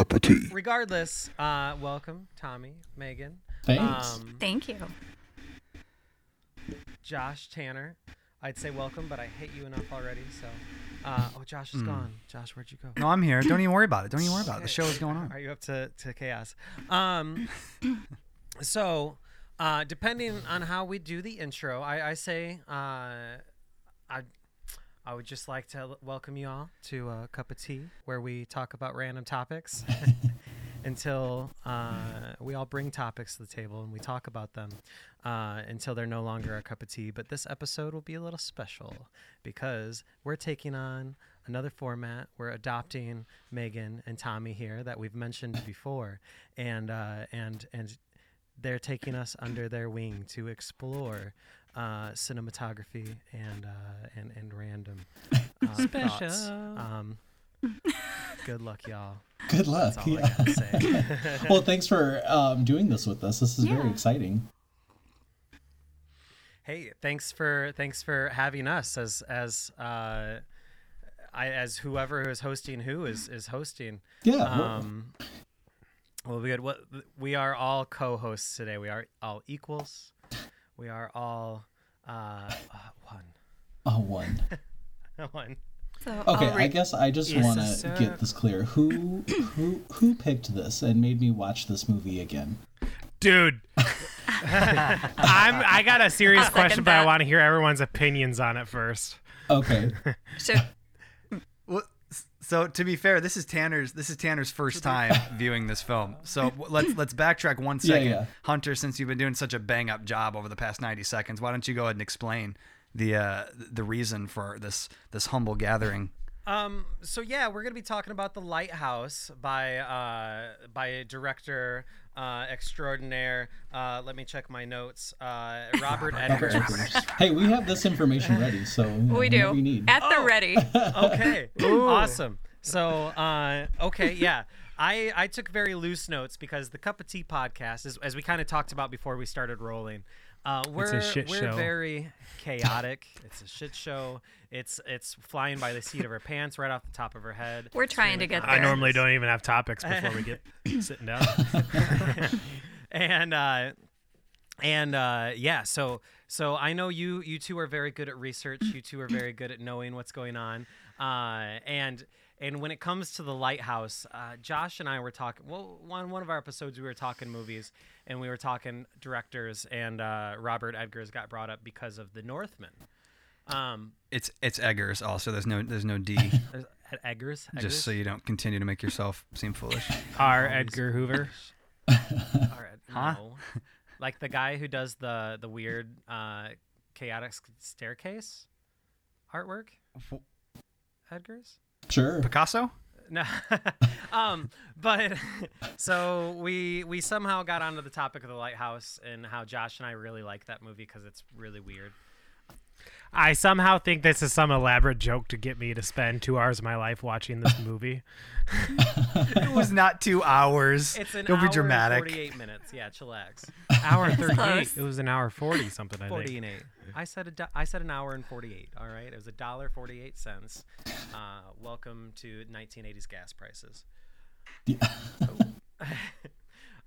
property. Regardless, uh, welcome, Tommy, Megan. Thanks. Um, Thank you. Josh Tanner. I'd say welcome, but I hate you enough already. So, uh, oh, Josh is gone. Josh, where'd you go? Hmm. No, I'm here. Don't even worry about it. Don't even worry about it. The show is going on. Are you up to, to chaos? Um, so, uh, depending on how we do the intro, I, I say uh, I I would just like to l- welcome you all to a cup of tea where we talk about random topics until uh, we all bring topics to the table and we talk about them uh, until they're no longer a cup of tea. But this episode will be a little special because we're taking on another format. We're adopting Megan and Tommy here that we've mentioned before, and uh, and and they're taking us under their wing to explore uh, cinematography and uh, and and random uh, thoughts. Special. Um, good luck, y'all. Good luck. That's all I Yeah. gotta say. Well, thanks for um, doing this with us. This is very Yeah. exciting. hey, thanks for thanks for having us as as uh, I as whoever is hosting who is is hosting. Yeah. we're- Um, well, we good. What we are all co-hosts today. We are all equals. We are all uh, uh, one. Oh, one. one. So Okay, I'll I re- guess I just Yes, want to sir. get this clear. Who who who picked this and made me watch this movie again? Dude. I'm I got a serious I'll second question, but I that. want to hear everyone's opinions on it first. Okay. so Well, s- so to be fair, this is Tanner's this is Tanner's first time viewing this film. So w- let's let's backtrack one Yeah, second, yeah. Hunter. Since you've been doing such a bang up job over the past ninety seconds, why don't you go ahead and explain the uh, the reason for this this humble gathering? Um, so yeah, we're gonna be talking about the Lighthouse by uh, by director uh, extraordinaire. Uh, let me check my notes. Uh, Robert Edwards. Hey, we have this information ready, so you know, we what do We need. at Oh. the ready. okay. Awesome. So, uh, okay, yeah. I, I took very loose notes because the Cup of Tea podcast, is, as we kind of talked about before we started rolling, uh, we're, shit we're show. very chaotic. it's a shit show. It's it's flying by the seat of her pants right off the top of her head. We're trying to Extremely get I there. normally don't even have topics before we get sitting down. and uh, and uh, yeah, so so I know you you two are very good at research. You two are very good at knowing what's going on. Uh, and and when it comes to the lighthouse, uh, Josh and I were talking. Well, one one of our episodes we were talking movies, and we were talking directors. And uh, Robert Edgar's got brought up because of The Northman. Um, It's it's Eggers also. There's no there's no D. there's- Eggers, Eggers, just so you don't continue to make yourself seem foolish. R. Edgar Hoover. All right. No. like the guy who does the the weird uh chaotic s- staircase artwork? Edgar's? Sure. Picasso. No. um, but so we we somehow got onto the topic of the lighthouse and how Josh and I really like that movie cuz it's really weird. I somehow think this is some elaborate joke to get me to spend two hours of my life watching this movie. It was not two hours. It's an don't hour be and dramatic. 48 minutes. Yeah, chillax. Hour thirty-eight. close. It was an hour forty something. I think. 48. I said a do- I said an hour and 48, all right? It was a dollar 48 cents. Uh, welcome to 1980s gas prices.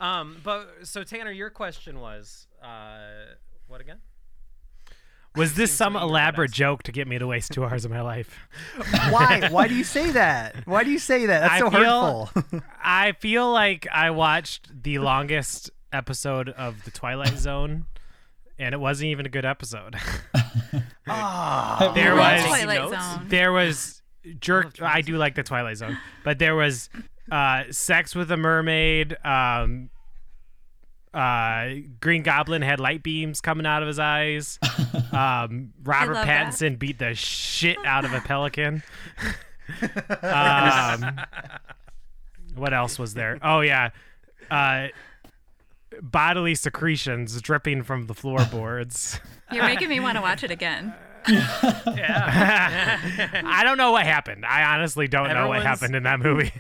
Um, but so Tanner, your question was uh, what again? Was this some to me elaborate badass. joke to get me to waste two hours of my life? Why? Why do you say that? Why do you say that? That's I so feel- hurtful. I feel like I watched the longest episode of The Twilight Zone, and it wasn't even a good episode. Have There you was- watched- Twilight notes? Zone. there was jerk. I do like The Twilight Zone, but there was uh, sex with a mermaid. Um, uh, Green Goblin had light beams coming out of his eyes. Um, Robert love that. Pattinson beat the shit out of a pelican. um, what else was there? Oh yeah, uh, bodily secretions dripping from the floorboards. You're making me want to watch it again. Uh, I don't know what happened. I honestly don't know what Everyone's- happened in that movie.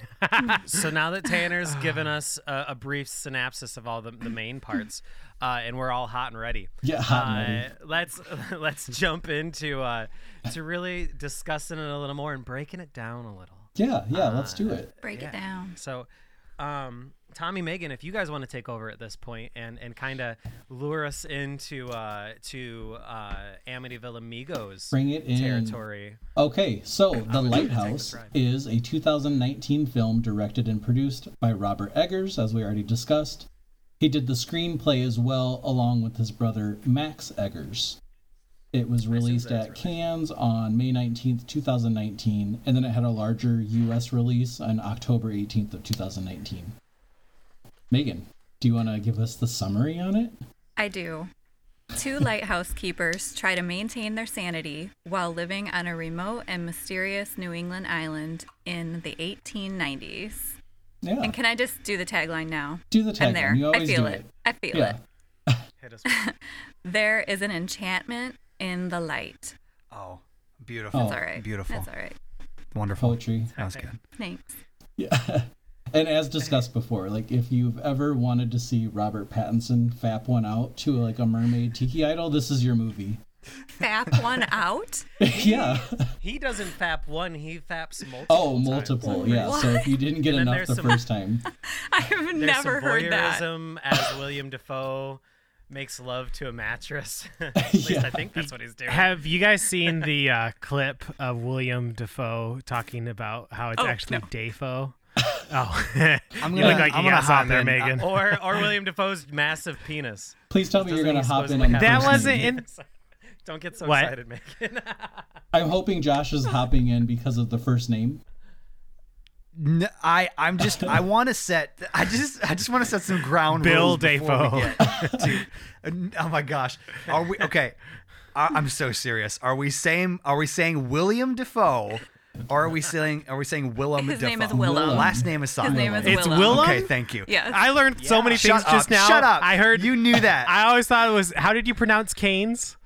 So now that Tanner's given us a, a brief synopsis of all the, the main parts, uh, and we're all hot and ready. Yeah, hot and Uh, let's let's jump into uh, to really discussing it a little more and breaking it down a little. yeah, yeah. Let's do it. Break it down. So, um, Tommy Megan, if you guys want to take over at this point and and kind of lure us into uh, to uh, Amityville Amigos Bring it in. territory. Okay, so The Lighthouse drive. is a 2019 film directed and produced by Robert Eggers, as we already discussed. He did the screenplay as well, along with his brother Max Eggers. It was released that's at right. Cannes on May 19th, 2019, and then it had a larger US release on October 18th of 2019. Megan, do you want to give us the summary on it? I do. Two lighthouse keepers try to maintain their sanity while living on a remote and mysterious New England island in the 1890s. Yeah. And can I just do the tagline now? Do the I'm there. tagline. You I always feel do it. it. I feel Yeah. it. Hit us with There is an enchantment in the light. Oh, beautiful. Oh. It's all right. Beautiful. It's all right. Wonderful. Poetry. That was good. Thanks. Yeah. And as discussed before, like if you've ever wanted to see Robert Pattinson fap one out to like a mermaid tiki idol, this is your movie. Fap one out. yeah. He doesn't fap one, he faps multiple. Oh, times. multiple. Yeah. So if you didn't get And then enough there's the some- first time, I have There's never some heard that. voyeurism as William Defoe makes love to a mattress. At least Yeah. I think that's what he's doing. Have you guys seen the uh, clip of William Defoe talking about how it's Oh, actually no. Defoe? Oh, I'm I'm look like I'm a gonna yes on hop there, in. Megan. or or William Defoe's massive penis. please tell me you're Doesn't gonna he hop in. supposedly on the have That first wasn't name. in- Don't get so What? excited, Megan. I'm hoping Josh is hopping in because of the first name. N- I I'm just I want to set I just I just want to set some ground Bill rules before we Defoe. get to- oh my gosh, are we okay? I, I'm so serious. Are we saying are we saying William Defoe, or are we saying are we saying Willem? His Defoe? name is Willem. Last name is something. name is It's Willem. Willem. Okay, thank you. Yes. I learned so many Shut things up, just now. Shut up. I heard you knew that. I always thought it was. How did you pronounce Canes?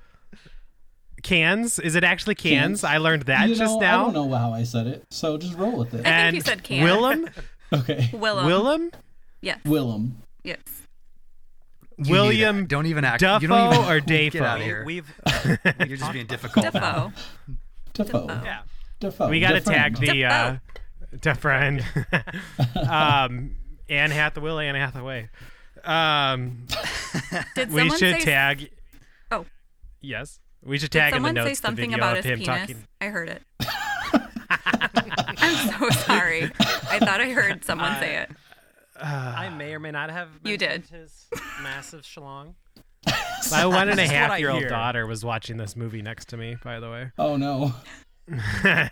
Cans? Is it actually cans? Cans. I learned that you know, just I now. don't know how I said it, so just roll with it. I And think you said can. Willem, Okay. Willem. Willem, Yes. Willem. Yes. You knew William that. Don't even act. you don't Defoe even, or Get out Defoe? of here. We've You're just being difficult. now. Oh. Defoe. Defoe. yeah. Defoe. We got to Defoe. tag the Defoe. uh, friend. um, Anne Hathaway. Anne Hathaway. Um, Did we someone should say tag. Oh. Yes, we should Did tag in the someone notes say something the video about of his him penis? talking. I heard it. I'm so sorry. I thought I heard someone say it. I may or may not have You mentioned did. his massive schlong. My one and a This is what I half year old hear. daughter was watching this movie next to me. By the way. Oh no. Choice.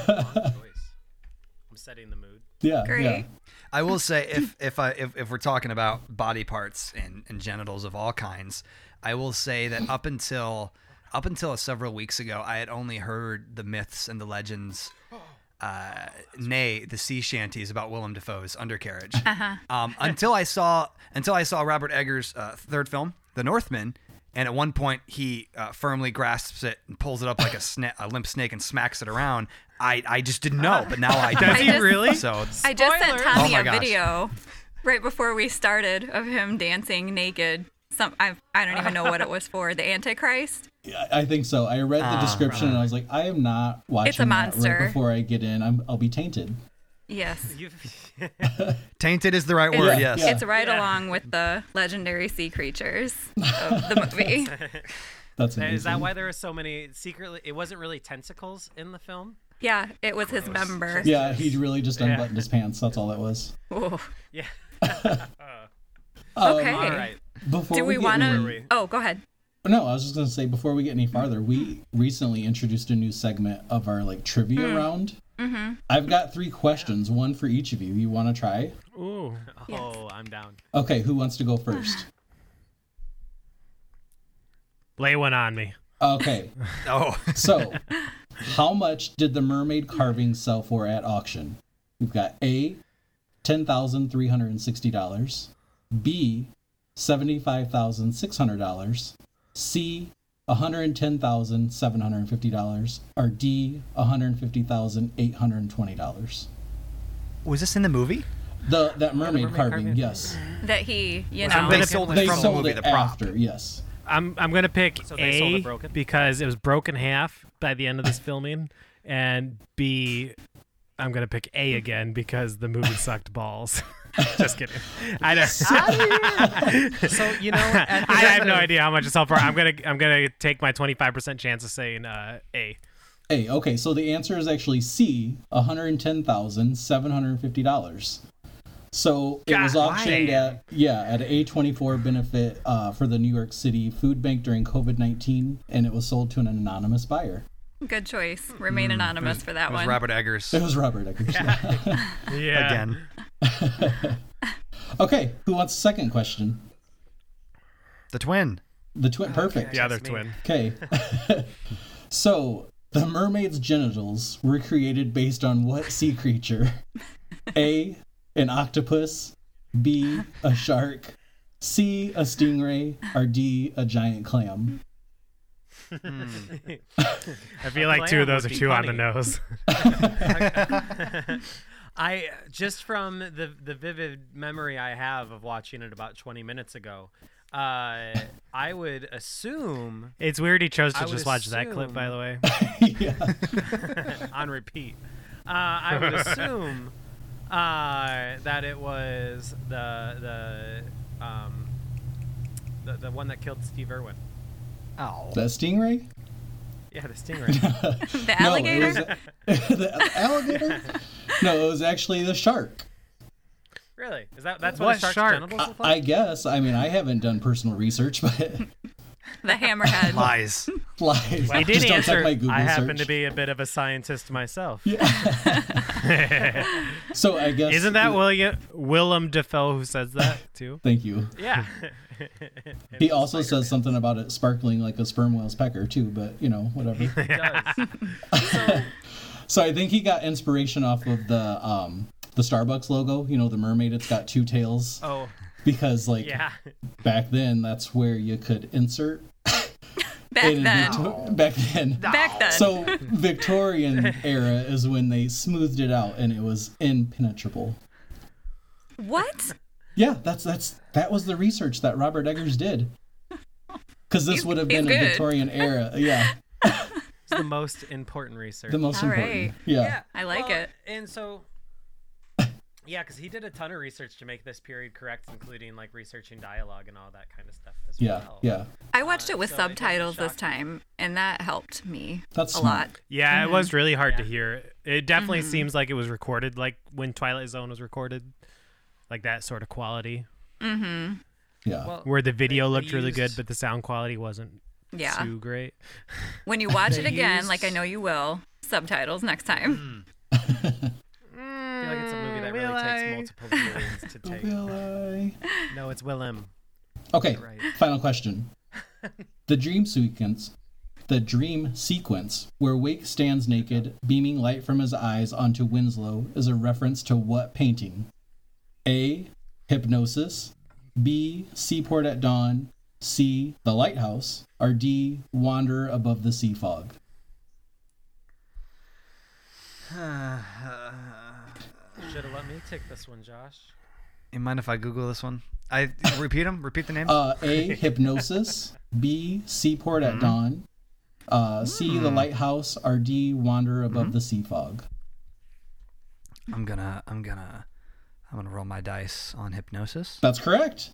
I'm setting the mood. Yeah. Yeah. Great. I will say if if I if, if we're talking about body parts and, and genitals of all kinds, I will say that up until up until several weeks ago, I had only heard the myths and the legends, uh, nay, the sea shanties about Willem Dafoe's undercarriage. Um, until I saw until I saw Robert Eggers' uh, third film, The Northman, and at one point he uh, firmly grasps it and pulls it up like a, sna- a limp snake and smacks it around. I, I just didn't know, but now I do. Does I he just- really? So I just sent Spoilers. Tommy Oh my a gosh. video right before we started of him dancing naked. Some I, I don't even know what it was for. The Antichrist. I- I think so. I read the description and I was like, I am not watching Ah, It's a that monster. right before I get in. I'm, I'll be tainted. Yes. You've tainted is the right It's- word. Yeah, yes. yeah. It's right along with the legendary sea creatures of the movie. That's amazing. is Mm-hmm. that why there are so many secretly it wasn't really tentacles in the film? Yeah, it was his member. Yeah, he really just unbuttoned his pants. That's all that was. Ooh. Yeah. Uh, Um, Okay. All right. Before Do we get want any- to? Oh, go ahead. No, I was just gonna say before we get any farther, we recently introduced a new segment of our like trivia Hmm. round. Mm-hmm. I've got three questions, one for each of you. You want to try? Ooh. Oh, I'm down. Okay, who wants to go first? Lay one on me. Okay, Oh. so how much did the mermaid carving sell for at auction? We've got A, ten thousand three hundred and sixty dollars. B, seventy-five thousand six hundred dollars. C, one hundred and ten thousand seven hundred and fifty dollars. Or D, one hundred and fifty thousand eight hundred and twenty dollars. Was this in the movie? The that mermaid, carving, yes. That he, you know, I'm gonna- They sold it They from the sold movie, it the prop. after, yes. I'm I'm gonna pick So they sold A it broken? because it was broken half by the end of this filming, and B I'm gonna pick A again because the movie sucked balls. Just kidding. I don't. So you know, at the I have end no of- idea how much it's all for. I'm gonna I'm gonna take my 25% chance of saying uh, A. Hey, okay, so the answer is actually C, $110,750. So it was God, auctioned damn. at yeah at a A24 benefit uh, for the New York City Food Bank during COVID nineteen, and it was sold to an anonymous buyer. Good choice. Remain anonymous for that It was one. Robert Eggers It Mm, was Robert Eggers. Yeah. again. okay, who wants the second question? The twin. The twin. Perfect. The other That's me. twin. Okay. so, the mermaid's genitals were created based on what sea creature? A. An octopus. B. A shark. C. A stingray. Or D. A giant clam. I feel like two of those are would be two on the funny. nose. I just from the the vivid memory I have of watching it about 20 minutes ago. Uh, I would assume It's weird he chose I to would just watch that clip, by assume- the way. yeah. on repeat. Uh, I would assume uh, that it was the the um, the, the one that killed Steve Irwin. Oh. The stingray? Yeah, the stingray. the alligator? No, it was the alligator? No, it was actually the shark. really? Is that that's what, What a shark's shark? genitals look like? I guess. I mean, I haven't done personal research, but the hammerhead. Lies. lies. He didn't Just don't check answer. my Google I happen search. to be a bit of a scientist myself. So I guess. Isn't that William Willem Dafoe who says that too? Thank you. Yeah. He also says something about it sparkling like a sperm whale's pecker too, but you know, whatever. It does. so I think he got inspiration off of the um the Starbucks logo, you know, the mermaid it's got two tails Oh, because like yeah. back then that's where you could insert Back in then. Victor- back then. Back then. So Victorian era is when they smoothed it out and it was impenetrable. what? Yeah, that's that's that was the research that Robert Eggers did. Cuz this would have he's been a good. Victorian era. Yeah. It's the most important research. The most All important. right. Yeah. I like well, it. And so, yeah, because he did a ton of research to make this period correct, including like researching dialogue and all that kind of stuff as Yeah. well. Yeah. I watched it with so it doesn't subtitles this shock time, and that helped me That's a smart. lot. Yeah, Mm-hmm. it was really hard to hear. It definitely seems like it was recorded, like when Twilight Zone was recorded, like that sort of quality, Yeah. Well, where the video they looked really good, used- but the sound quality wasn't Yeah. too great. When you watch it They again, used- Mm. like I know you will, subtitles next time. I feel like it's a movie that Mm, really Will I? takes multiple viewings to take. Will I? No, it's Willem. Okay, Right. final question. The dream sequence, the dream sequence where Wake stands naked, beaming light from his eyes onto Winslow, is a reference to what painting? A. Hypnosis. B. Seaport at dawn. C. The lighthouse. Or D. Wanderer above the sea fog. Should have let me take this one, Josh. You mind if I Google this one? I repeat them. Repeat the name. Uh, A. Hypnosis. B. Seaport at dawn. Uh, C. The lighthouse. Or D. Wanderer above the sea fog. I'm gonna. I'm gonna. I'm gonna roll my dice on hypnosis. That's correct.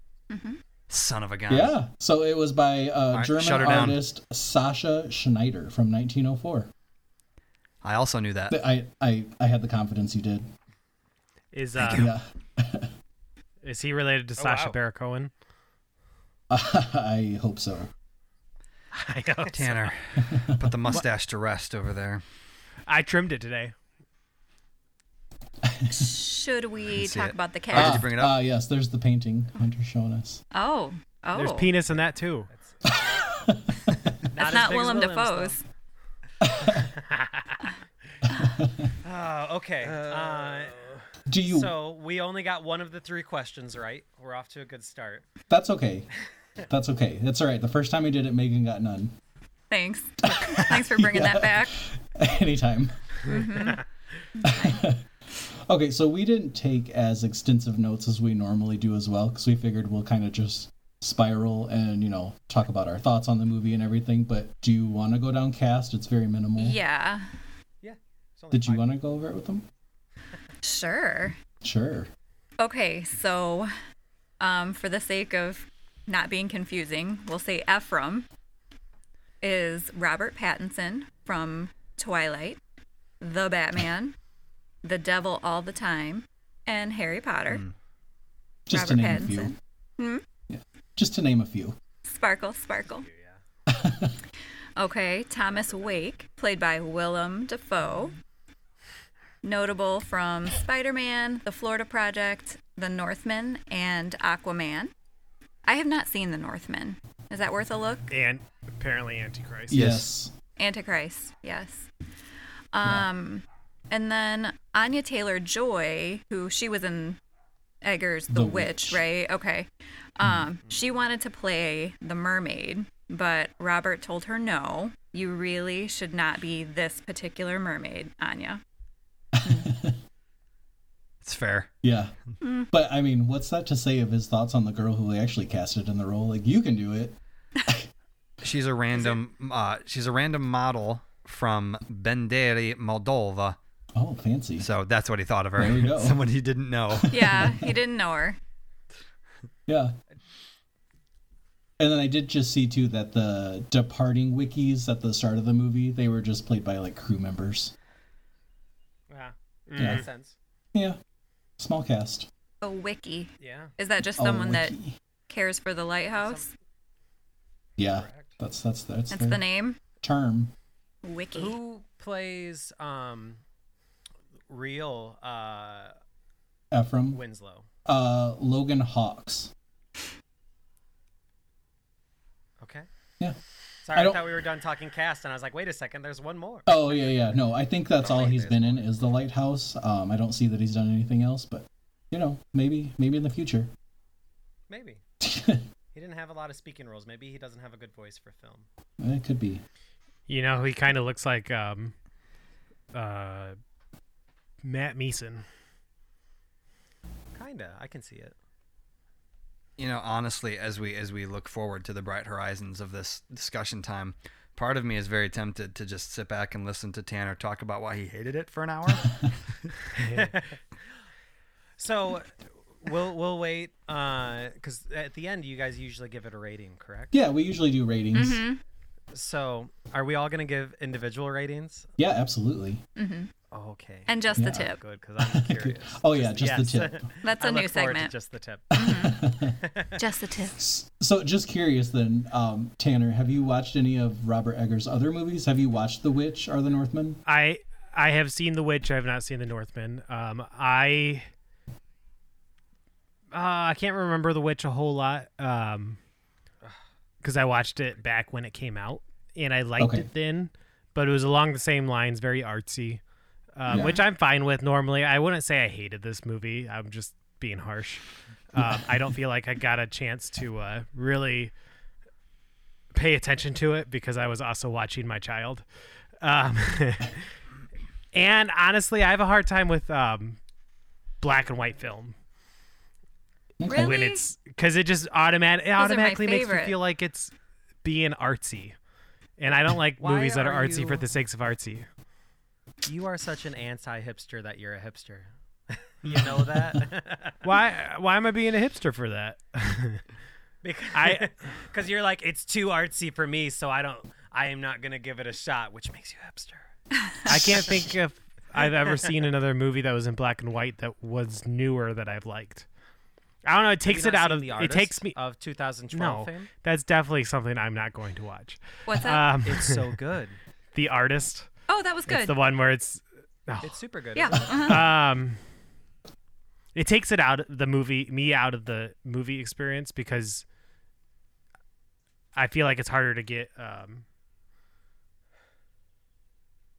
Son of a gun. Yeah. So it was by uh, right, German shut her down. artist Sasha Schneider from 1904. I also knew that. Th- I, I, I had the confidence you did. Is uh, Yeah. is he related to Sasha Oh, wow. Baron Cohen? I hope so. Tanner, put the mustache to rest over there. I trimmed it today. Should we see talk it. about the Oh, did cat? you bring it up? Ah, yes. There's the painting Hunter's showing us. Oh, oh, There's penis in that too. that's as not big as Willem Willem's, though. Dafoe's. Oh, okay. Uh, Do you? so we only got one of the three questions right. We're off to a good start. That's okay. That's okay. That's all right. The first time I did it, Megan got none. Thanks, thanks for bringing that back. Anytime. Mm-hmm. okay, so we didn't take as extensive notes as we normally do as well because we figured we'll kind of just spiral and you know talk about our thoughts on the movie and everything. But do you want to go down cast? It's very minimal. Yeah, It's only Did you five- want to go over it with them? Sure. Sure. Okay, so um, for the sake of not being confusing, we'll say Ephraim is Robert Pattinson from Twilight, The Batman, The Devil All the Time, and Harry Potter. Just to Robert name a few. Pattinson. Hmm? Yeah. Just to name a few. Sparkle, sparkle. okay, Thomas Wake, played by Willem Dafoe. Notable from Spider Man, The Florida Project, The Northman, and Aquaman. I have not seen The Northman. Is that worth a look? and apparently Antichrist. Yes. Antichrist, yes. Um, And then Anya Taylor Joy, who she was in Eggers The, The Witch. Witch, right? Okay. Um, she wanted to play the mermaid, but Robert told her no. You really should not be this particular mermaid, Anya. It's fair. Yeah. Hmm. But I mean, what's that to say of his thoughts on the girl who actually casted in the role? Like, you can do it. She's a random. Uh, she's a random model from Benderi, Moldova. Oh, fancy. So that's what he thought of her. There you go. Someone he didn't know. Yeah, he didn't know her. Yeah. And then I did just see too that the departing wikis at the start of the movie they were just played by like crew members. Yeah. Yeah. Makes sense. Yeah. Small cast. A wiki. Yeah. Is that just Oh, someone that wiki. cares for the lighthouse? Yeah. That's that's that's, That's their the name? term. Wiki. Who plays um real uh Ephraim. Winslow? Uh Logan Hawks. Okay. Yeah. Sorry, I I, don't- thought we were done talking cast, and I was like, wait a second, there's one more. Oh yeah, yeah. No, I think that's all think he's there's been in is the lighthouse. Um I don't see that he's done anything else, but you know, maybe maybe in the future. Maybe. it He didn't have a lot of speaking roles. Maybe he doesn't have a good voice for film. could be. You know, he kind of looks like um, uh, Matt Meeson. Kinda. I can see it. you know honestly as we as we look forward to the bright horizons of this discussion time part of me is very tempted to just sit back and listen to tanner talk about why he hated it for an hour So we'll we'll wait because at the end you guys usually give it a rating, correct? Yeah, we usually do ratings. Mm-hmm. So are we all gonna give individual ratings? Yeah, absolutely. Okay. And just the Yeah. tip. good because I'm curious. Oh yeah, just the yes. tip. That's a I new look forward to segment. Just the tip. Just the tip. So, just curious then, um, Tanner, have you watched any of Robert Eggers' other movies? Have you watched The Witch or The Northman? I I have seen The Witch. I have not seen The Northman. Um, I uh, I can't remember The Witch a whole lot. Um, because I watched it back when it came out, and I liked Okay. it then, but it was along the same lines, very artsy, um, Yeah. which I'm fine with. Normally, I wouldn't say I hated this movie. I'm just being harsh. Um, I don't feel like I got a chance to uh, really pay attention to it because I was also watching my child. Um, and honestly, I have a hard time with um, black and white film Really? when it's because it just automatic it my automatically makes me favorite. feel like it's being artsy, and I don't like Why movies that are, are artsy for you- the sakes of artsy. You are such an anti-hipster that you're a hipster. you know that Why? Why am I being a hipster for that? because I- because you're like it's too artsy for me, so I don't. I am not gonna give it a shot, which makes you a hipster. I can't think if I've ever seen another movie that was in black and white that was newer that I've liked. I don't know. It takes Have it you not out seen of the it Artist takes me. of 2012 No, fame. that's definitely something I'm not going to watch. What's Uh, that? Um, It's so good. the artist. oh, that was It's good. the one where it's. Oh. It's super good. yeah. isn't it? uh-huh. um it takes it out of the movie me out of the movie experience because i feel like it's harder to get um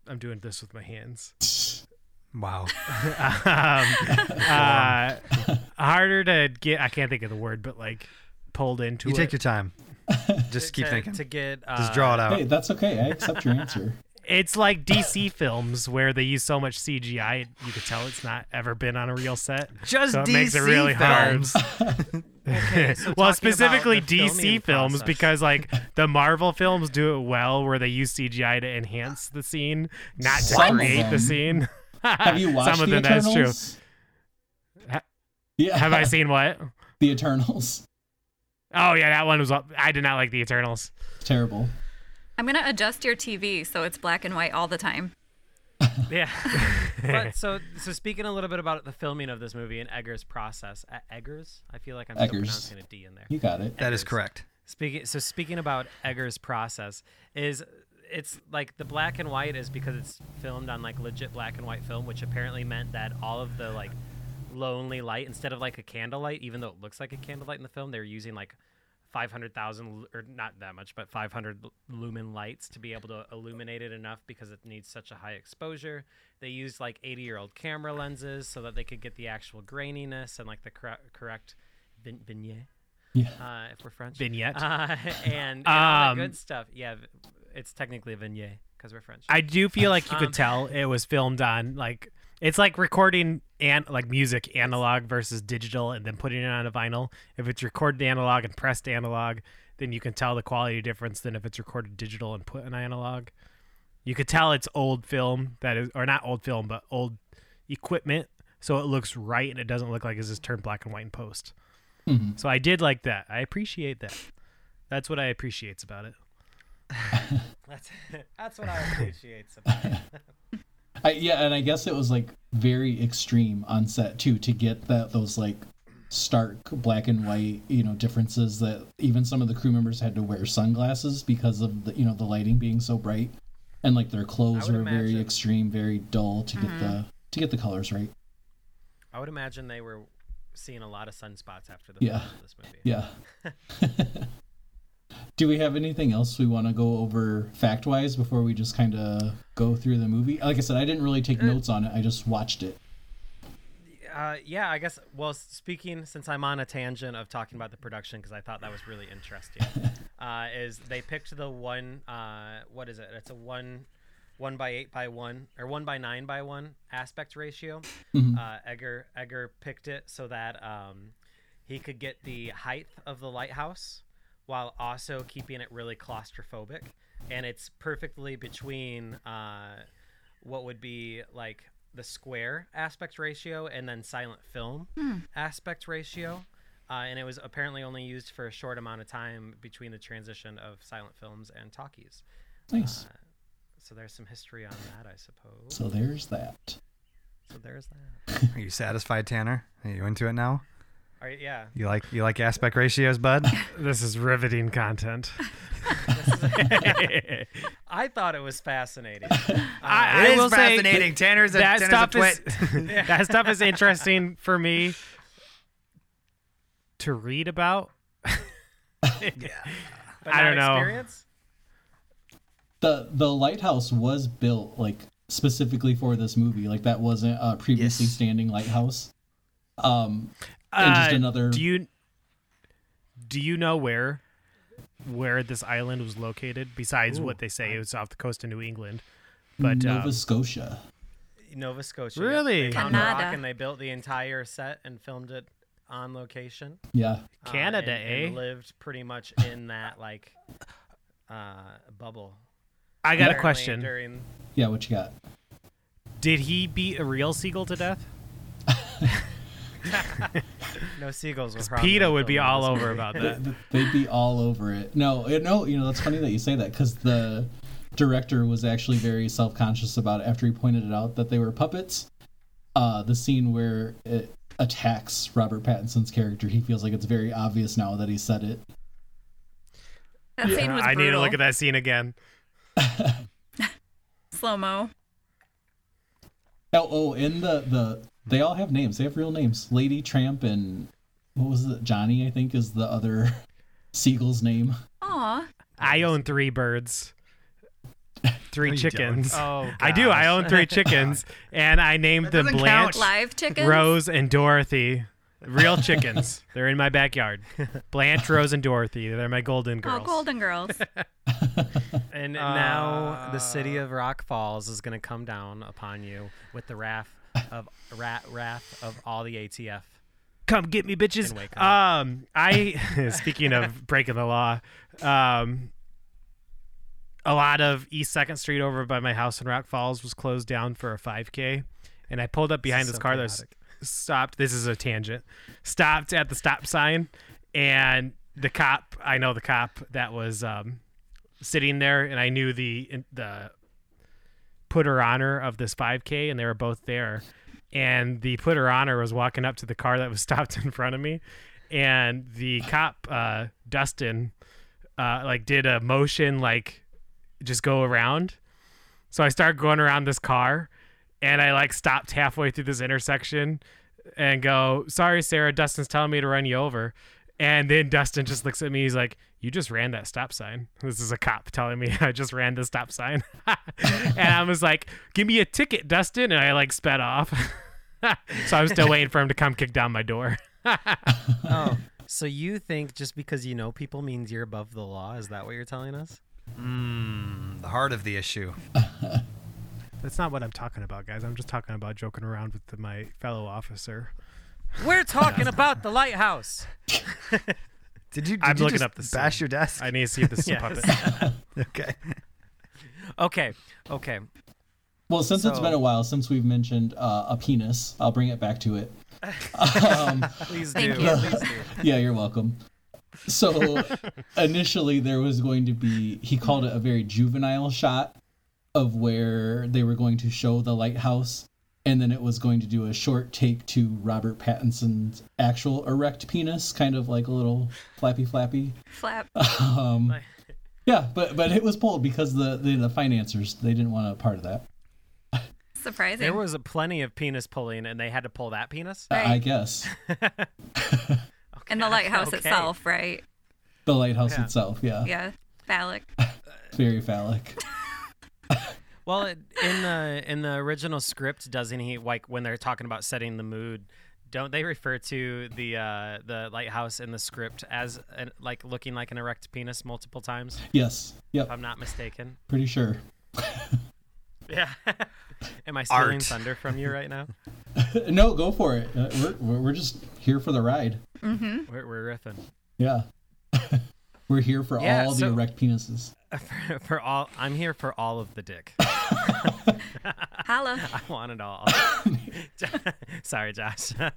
i'm doing this with my hands wow um, uh, harder to get i can't think of the word but like pulled into you it take your time just keep to, thinking to get uh, just draw it out Hey, that's okay. I accept your answer. it's like dc films where they use so much cgi you could tell it's not ever been on a real set just so it DC makes it really hard films. so well, talking about specifically the filming DC films process. because like the Marvel films do it well, where they use CGI to enhance the scene, not to Some of create the them. scene. Have Have you watched Some of the them, that's true. Eternals? Ha- Yeah. Have I seen what? the Eternals? Oh yeah, that one was. I did not like the Eternals. Terrible. I'm gonna adjust your TV so it's black and white all the time. Yeah. But so so speaking a little bit about the filming of this movie and Eggers' process. E- Eggers, I feel like I'm still Eggers. pronouncing a D in there. You got it. That is correct. Speaking so speaking about Eggers' process is it's like the black and white is because it's filmed on like legit black and white film, which apparently meant that all of the like lonely light instead of like a candlelight, even though it looks like a candlelight in the film, they're using like 500,000 lu- or not that much, but 500 lu- lumen lights to be able to illuminate it enough because it needs such a high exposure. They used like 80 year old camera lenses so that they could get the actual graininess and like the corre- correct vin- vignette. Yeah. Uh, if we're French, Vignette. uh, and, and all that Um, good stuff. Yeah, v- it's technically a vignette because we're French. I do feel like you Um, could tell it was filmed on like it's like recording and like music analog versus digital and then putting it on a vinyl. If it's recorded analog and pressed analog, then you can tell the quality difference than if it's recorded digital and put in analog. You could tell it's old film that is or not old film but old equipment so it looks right and it doesn't look like it's just turned black and white in post. Mhm. So I did like that. I appreciate that. That's what I appreciates about it. that's that's what I appreciate. About it. I, yeah, and I guess it was like very extreme on set too to get that those like stark black and white you know differences that even some of the crew members had to wear sunglasses because of the you know the lighting being so bright and like their clothes would were very imagine. Mm-hmm. extreme very dull to get the to get the colors right I would imagine they were seeing a lot of sunspots after the Yeah. film of this movie. yeah do we have anything else we want to go over fact wise before we just kind of go through the movie like i said i didn't really take notes on it i just watched it Uh, yeah, I guess. Well, s- speaking since I'm on a tangent of talking about the production because I thought that was really interesting, uh, is they picked the one. Uh, what is it? It's a one, one by eight by one or one by nine by one aspect ratio. Uh, Edgar Edgar picked it so that um, he could get the height of the lighthouse while also keeping it really claustrophobic, and it's perfectly between. Uh, what would be like the square aspect ratio and then silent film aspect ratio. Uh, and it was apparently only used for a short amount of time between the transition of silent films and talkies. nice So there's some history on that, I suppose. so there's that So there's that. Are you satisfied, Tanner? Are you into it now? All right, yeah. You like you like aspect ratios, bud? This is riveting content. I thought it was fascinating. I, It I is will say fascinating. that- Tanner's a- that Tanner's a stuff is that stuff is interesting for me to read about. But I not don't know. Experience? the the lighthouse was built like specifically for this movie like that wasn't a previously Yes. standing lighthouse um And just Uh, another- Do you do you know where where this island was located? Besides what they say, it was off the coast of New England. But nova um, scotia Nova Scotia. yep. Really? They found a rock Canada. and they built the entire set and filmed it on location. yeah uh, Canada, and- and eh? lived pretty much in that like uh, bubble. I got a Apparently question. During yeah what you got Did he beat a real seagull to death? no seagulls were probably PETA would be filming all this over movie. about that. Th- they'd be all over it no it- no you know that's funny that you say that because the director was actually very self-conscious about it after he pointed it out that they were puppets uh the scene where it attacks robert pattinson's character he feels like it's very obvious now that he said it That scene was I need to brutal. look at that scene again. slow mo. Oh, oh, and the the they all have names. They have real names. Lady Tramp and what was it? Johnny, I think, is the other seagull's name. Aw, I own three birds, three No, you don't. chickens. Oh, I do. I gosh. own three chickens, and I named them doesn't Blanche, live chickens. Rose, and Dorothy. Real chickens. They're in my backyard. Blanche, Rose, and Dorothy. They're my golden Oh, girls. Golden Girls. And now Uh, the city of Rock Falls is going to come down upon you with the wrath of rat wrath of all the ATF. Come get me, bitches. And wake up. Um, I speaking of breaking the law, um, a lot of East Second Street over by my house in Rock Falls was closed down for a 5K, and I pulled up behind is this so car that was chaotic. stopped. This is a tangent. Stopped at the stop sign, and the cop. I know the cop that was um, sitting there, and I knew the the putter honor of this 5K, and they were both there. And the putter honor was walking up to the car that was stopped in front of me, and the cop uh, Dustin uh, like did a motion like just go around. So I start going around this car and I like stopped halfway through this intersection and go, "Sorry, Sarah, Dustin's telling me to run you over." And then Dustin just looks at me. He's like, "You just ran that stop sign." This is a cop telling me I just ran the stop sign, and I was like, "Give me a ticket, Dustin!" And I like sped off. so I was still waiting for him to come kick down my door. Oh, so you think just because you know people means you're above the law? Is that what you're telling us? The heart of the issue. That's not what I'm talking about, guys. I'm just talking about joking around with my fellow officer. We're talking about the lighthouse. Did you? Did I'm you looking just up the scene. bash your desk. I need to see if this is a Yes. puppet. okay. Okay, okay. Well, since it's So- been a while since we've mentioned uh, a penis, I'll bring it back to it. Please do. Thank you. Please do. Yeah, you're welcome. So initially, there was going to be, he called it a very juvenile shot of where they were going to show the lighthouse, and then it was going to do a short take to Robert Pattinson's actual erect penis, kind of like a little flappy flappy. Flap. Um, Yeah, but but it was pulled because the the, the financiers they didn't want a part of that. Surprising. There was a plenty of penis pulling, and they had to pull that penis. I- I Right. guess and the lighthouse Okay. itself, right? the lighthouse itself, yeah, Yeah. Phallic. very phallic. Well, it, in the in the original script, doesn't he like when they're talking about setting the mood? Don't they refer to the uh, the lighthouse in the script as an, like looking like an erect penis multiple times? Yes, If yep, I'm not mistaken. pretty sure. Yeah. Am I stealing Art. thunder from you right now? No, go for it. Uh, we're- we're we're just here for the ride. We're, we're riffing Yeah, we're here for Yeah, all so- the erect penises. for, for all. I'm here for all of the dick. Holla. I want it all. Sorry, Josh. You're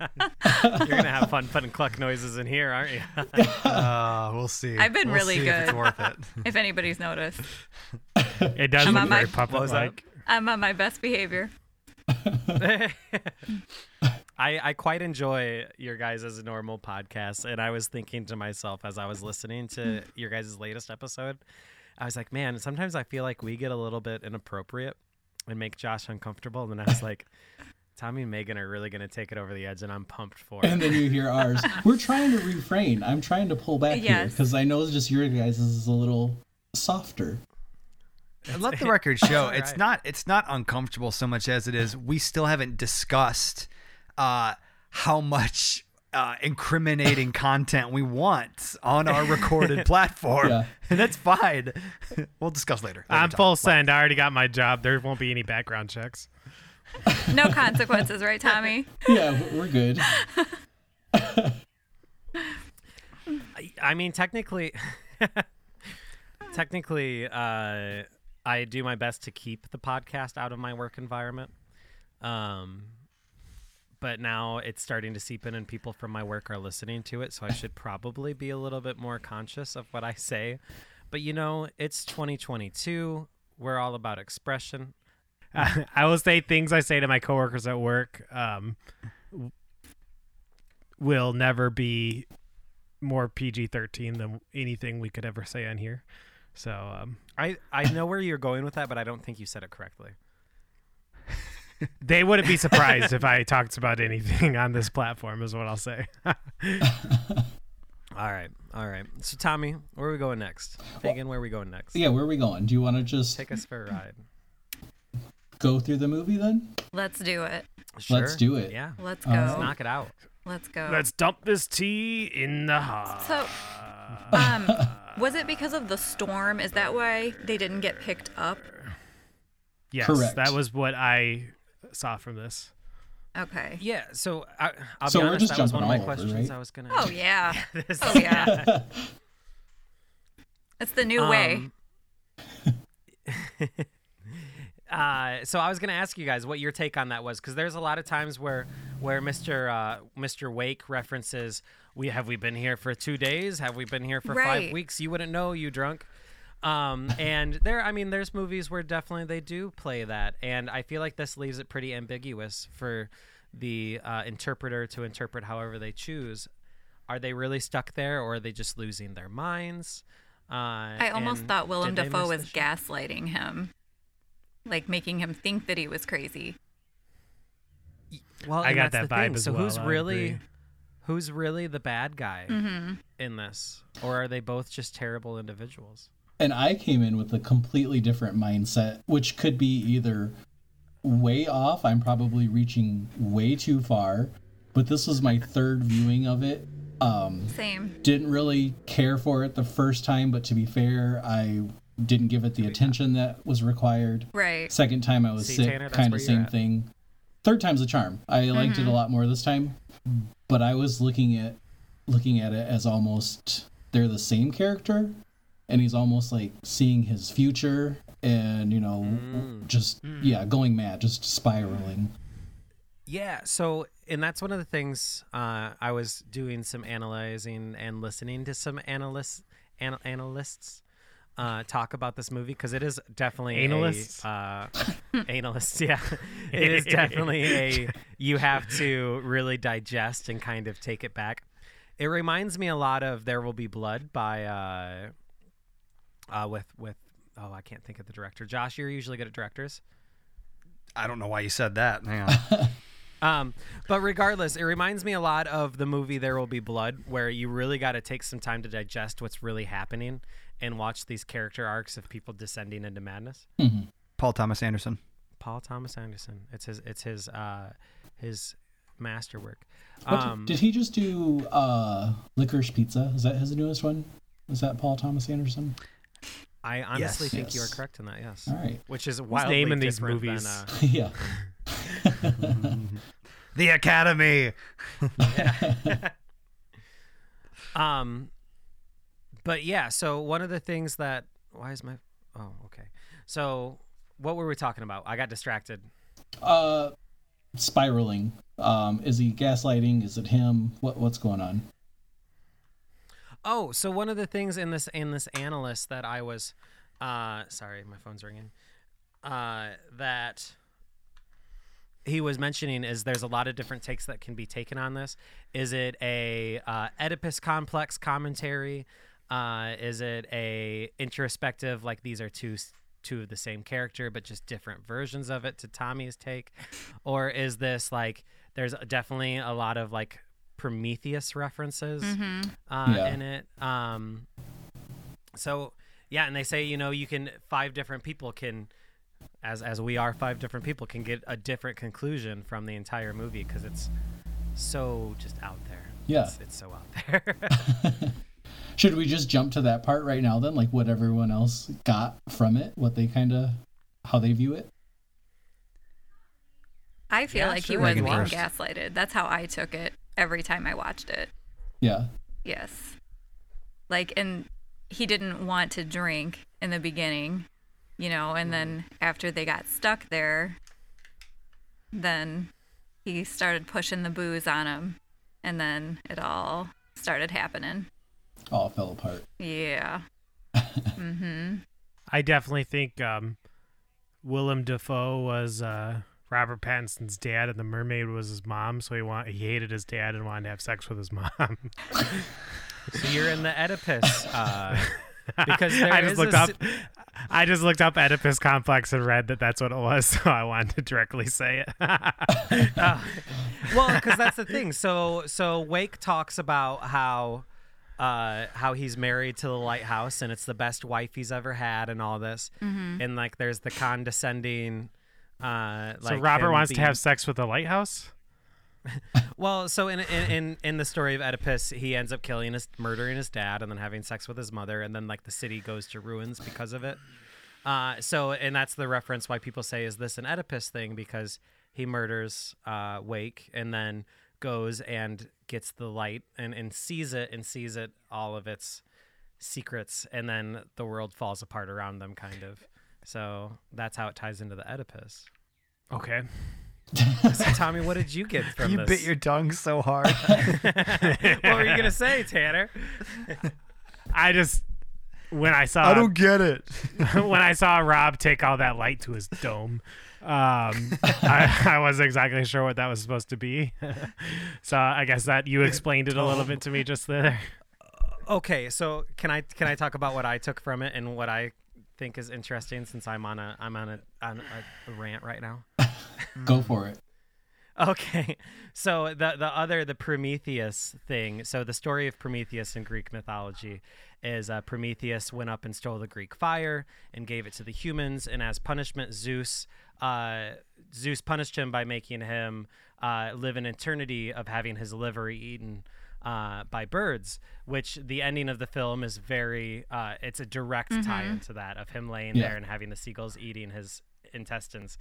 gonna have fun putting cluck noises in here, aren't you? Uh, we'll see. I've been We'll really see If it's good. worth it. if anybody's noticed. It does Am I look very mic- puppet like. I'm on my best behavior. I, I quite enjoy your guys' normal podcast. And I was thinking to myself as I was listening to your guys' latest episode, I was like, man, sometimes I feel like we get a little bit inappropriate and make Josh uncomfortable. And then I was like, Tommy and Megan are really going to take it over the edge. And I'm pumped for And it. then you hear ours. We're trying to refrain. I'm trying to pull back here Yes. because I know it's just your guys is a little softer. Let the record show it's right. not it's not uncomfortable so much as it is we still haven't discussed uh, how much uh, incriminating content we want on our recorded platform, Yeah. and that's fine. we'll discuss later. Later I'm time. full send. I already got my job. There won't be any background checks. No consequences, right, Tommy? Yeah, w- we're good. I- I mean, technically, technically, uh, I do my best to keep the podcast out of my work environment. Um, but now it's starting to seep in, and people from my work are listening to it, so I should probably be a little bit more conscious of what I say. But you know, it's 2022. We're all about expression. Uh, I will say things I say to my coworkers at work um, w- will never be more PG 13 than anything we could ever say on here. So, um, I, I know where you're going with that, but I don't think you said it correctly. They wouldn't be surprised if I talked about anything on this platform, is what I'll say. All right, all right. So Tommy, where are we going next? Megan, where are we going next? Yeah, where are we going? Do you want to just Take us for a ride. go through the movie then? Let's do it. Sure. Let's do it. Yeah. Let's Oh, go. All Let's right. knock it out. Let's go. Let's dump this tea in the hot. so, um, was it because of the storm? Is that why they didn't get picked up? yes, Correct. that was what I saw from this. Okay. Yeah. So I, I'll So be we're honest, just that was one jumping of my all over, questions right? I was gonna. Oh yeah. Oh yeah. It's the new way. Um, uh, so I was gonna ask you guys what your take on that was, because there's a lot of times where where Mr. Uh, Mr. Wake references, "We have we been here for two days? Have we been here for Right. five weeks? You wouldn't know, you drunk." Um, and there, I mean, there's movies where definitely they do play that, and I feel like this leaves it pretty ambiguous for the uh, interpreter to interpret however they choose. Are they really stuck there, or are they just losing their minds? Uh, I almost and thought Willem did they Dafoe miss was the show? gaslighting him, like making him think that he was crazy. Well, I and got that's the that vibe thing. as so well, who's I really, Mm-hmm. agree. who's really the bad guy in this, or are they both just terrible individuals? And I came in with a completely different mindset, which could be either way off, I'm probably reaching way too far, but this was my third viewing of it. Um, Same. didn't really care for it the first time, but to be fair, I didn't give it the attention that was required. Right. Second time I was See, sick, Tanner, that's kind where of you're same at. thing. Third time's a charm. I liked it a lot more this time, but I was looking at looking at it as almost they're the same character, and he's almost like seeing his future, and you know, Mm. just yeah, going mad, just spiraling. Yeah. So, and that's one of the things uh, I was doing some analyzing and listening to some analysts, an- analysts uh, talk about this movie because it is definitely a, Analysts? uh, analysts, yeah, it is definitely a you have to really digest and kind of take it back. It reminds me a lot of "There Will Be Blood" by uh, uh, with with oh I can't think of the director. Josh, you're usually good at directors. I don't know why you said that. Hang on. Um, but regardless, it reminds me a lot of the movie There Will Be Blood, where you really got to take some time to digest what's really happening and watch these character arcs of people descending into madness. Paul Thomas Anderson. Paul Thomas Anderson, it's his, it's his, uh, his masterwork. What did- Um, did he just do uh, Licorice Pizza? Is that his newest one? Is that Paul Thomas Anderson? I honestly Yes. think you are Yes. correct in that. Yes, All right. which is wildly name in these different movies? Than, uh, yeah. The Academy. Um, but yeah, so one of the things that why is my oh okay, so what were we talking about? I got distracted. Uh, spiraling. Um, is he gaslighting? Is it him? What what's going on? Oh, so one of the things in this in this analyst that I was, uh, sorry, my phone's ringing, uh, that he was mentioning is there's a lot of different takes that can be taken on this. Is it a uh, Oedipus complex commentary? Uh, is it a introspective like these are two s- two of the same character but just different versions of it to Tommy's take, or is this like there's definitely a lot of like Prometheus references uh, Yeah. in it. Um, so yeah, and they say you know you can five different people can as as we are five different people can get a different conclusion from the entire movie because it's so just out there. Yeah. It's, it's so out there. Should we just jump to that part right now then? Like what everyone else got from it, what they kind of, how they view it. I feel Yeah, like sure, he we was can being watch. gaslighted. That's how I took it every time I watched it. Yeah. Yes. Like, and he didn't want to drink in the beginning, you know, and then after they got stuck there, then he started pushing the booze on him, and then it all started happening. All Oh, fell apart. Yeah. I definitely think um, Willem Dafoe was uh, Robert Pattinson's dad, and the mermaid was his mom. So he want he hated his dad and wanted to have sex with his mom. so you're in the Oedipus uh, because there I just is looked a up. s- I just looked up Oedipus complex and read that that's what it was. So I wanted to directly say it. well because that's the thing so so wake talks about how uh how he's married to the lighthouse and it's the best wife he's ever had and all this and like there's the condescending uh like so Robert him wants to being- have sex with the lighthouse. well so in, in in in the story of oedipus he ends up killing his murdering his dad and then having sex with his mother and then like the city goes to ruins because of it uh so and that's the reference why people say is this an oedipus thing because he murders uh wake and then goes and gets the light and and sees it and sees it all of its secrets and then the world falls apart around them kind of So that's how it ties into the Oedipus. Okay. So Tommy, what did you get from You this? bit your tongue so hard. what were you gonna say, Tanner? I just when I saw get it. when I saw Rob take all that light to his dome, um, I, I wasn't exactly sure what that was supposed to be. so I guess that you explained it a little bit to me just there. Okay, so can I can I talk about what I took from it and what I think is interesting since I'm on a I'm on a on a rant right now. Go for it. Okay. So the the other the Prometheus thing. So the story of Prometheus in Greek mythology is uh, Prometheus went up and stole the Greek fire and gave it to the humans, and as punishment, Zeus uh, Zeus punished him by making him uh, live an eternity of having his liver eaten. Uh, by birds, which the ending of the film is very, uh, it's a direct tie into that of him laying Yeah. there and having the seagulls eating his intestines.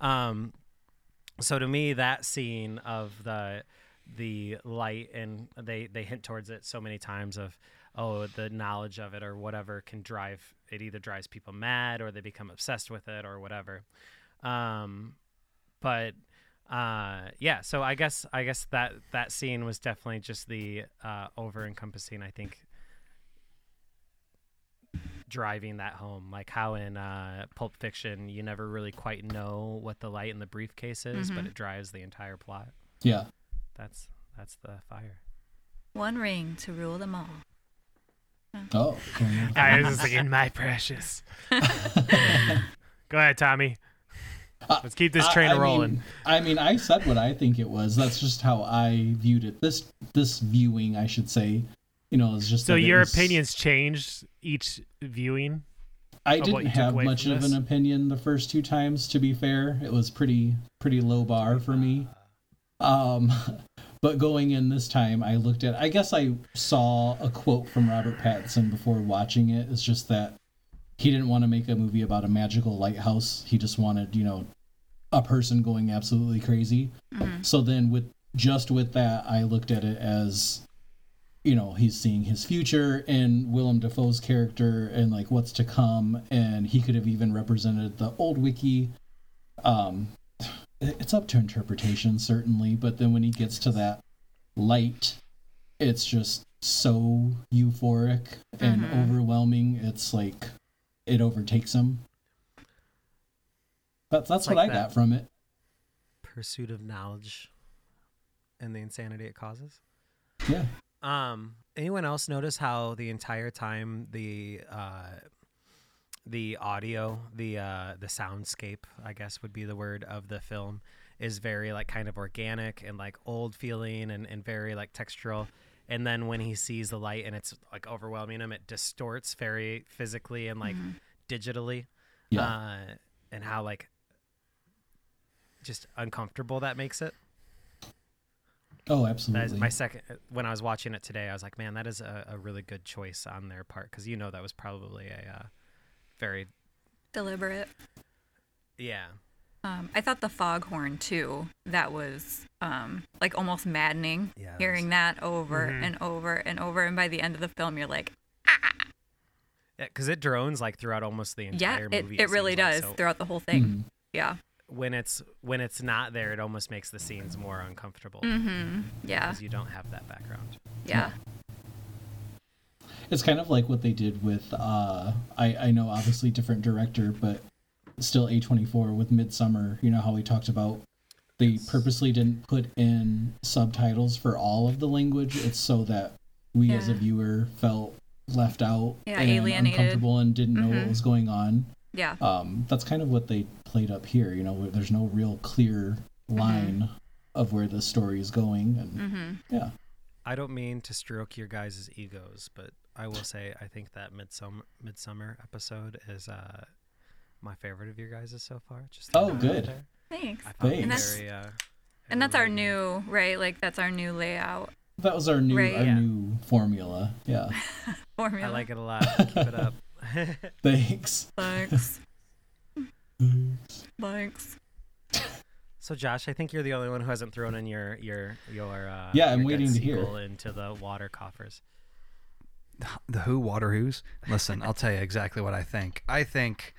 Um, so to me that scene of the the light and they they hint towards it so many times of oh the knowledge of it or whatever can drive it either drives people mad or they become obsessed with it or whatever um but uh yeah so i guess i guess that that scene was definitely just the uh over encompassing i think driving that home like how in uh, pulp fiction you never really quite know what the light in the briefcase is but it drives the entire plot Yeah. that's that's the fire One ring to rule them all. Oh. okay. I was just thinking, my precious. Go ahead, Tommy. Let's keep this train Uh, I- I mean- rolling. I mean, I said what I think it was. That's just how I viewed it. This this viewing, I should say, you know, is just so that it your was- opinions changed each viewing. I of what didn't you took have away much from of this? an opinion the first two times. To be fair, it was pretty pretty low bar for me. Um, but going in this time, I looked at. I guess I saw a quote from Robert Pattinson before watching it. It's just that he didn't want to make a movie about a magical lighthouse. He just wanted, you know, a person going absolutely crazy. So then, with just with that, I looked at it as you know he's seeing his future and Willem Dafoe's character and like what's to come and he could have even represented the old wiki um it- it's up to interpretation certainly but then when he gets to that light it's just so euphoric and Mm-hmm. overwhelming it's like it overtakes him that's that's what Like I that. got from it pursuit of knowledge and the insanity it causes yeah Um, anyone else notice how the entire time the uh, the audio, the uh, the soundscape, I guess would be the word of the film, is very like kind of organic and like old feeling and, and very like textural. And then when he sees the light and it's like overwhelming him, it distorts very physically and like digitally. Yeah. Uh, and how like just uncomfortable that makes it. oh That is absolutely my second. When I was watching it today, I was like, man, that is a, a really good choice on their part because you know that was probably a uh, very Deliberate. yeah. Um, I thought the foghorn too. That was um, like almost maddening. Yeah, that Mm-hmm. hearing that over and over and over, and by the end of the film, you're like, Because it drones like throughout almost the yeah, entire it, movie. it really seems like, does so throughout the whole thing. Yeah, when it's when it's not there, it almost makes the scenes more uncomfortable Mm. yeah, because you don't have that background. yeah. It's kind of like what they did with uh I, I know obviously different director, but still A twenty four with Midsummer, you know how we talked about they purposely didn't put in subtitles for all of the language. It's so that we as a Yeah. viewer felt left out Yeah, and alienated. Mm-hmm. uncomfortable and didn't know what was going on. Yeah. Um, that's kind of what they played up here, you know, where there's no real clear Mm-hmm. line of where the story is going and Mm-hmm. yeah. I don't mean to stroke your guys' egos, but I will say I think that midsummer midsummer episode is uh, my favorite of your guys' so far. Just throwing Oh, it out good. there. Thanks. I found it Thanks. very, uh, And that's our enlightening. new right, like that's our new layout That was our new Right. our Yeah. new formula. Yeah. formula. I like it a lot. Keep it up. Thanks. Thanks. Thanks. so Josh, I think you're the only one who hasn't thrown in your your your uh, Yeah, I'm your gut waiting to hear. sequel into the water coffers. The Who, Water Who's. Listen, I'll tell you exactly what I think. I think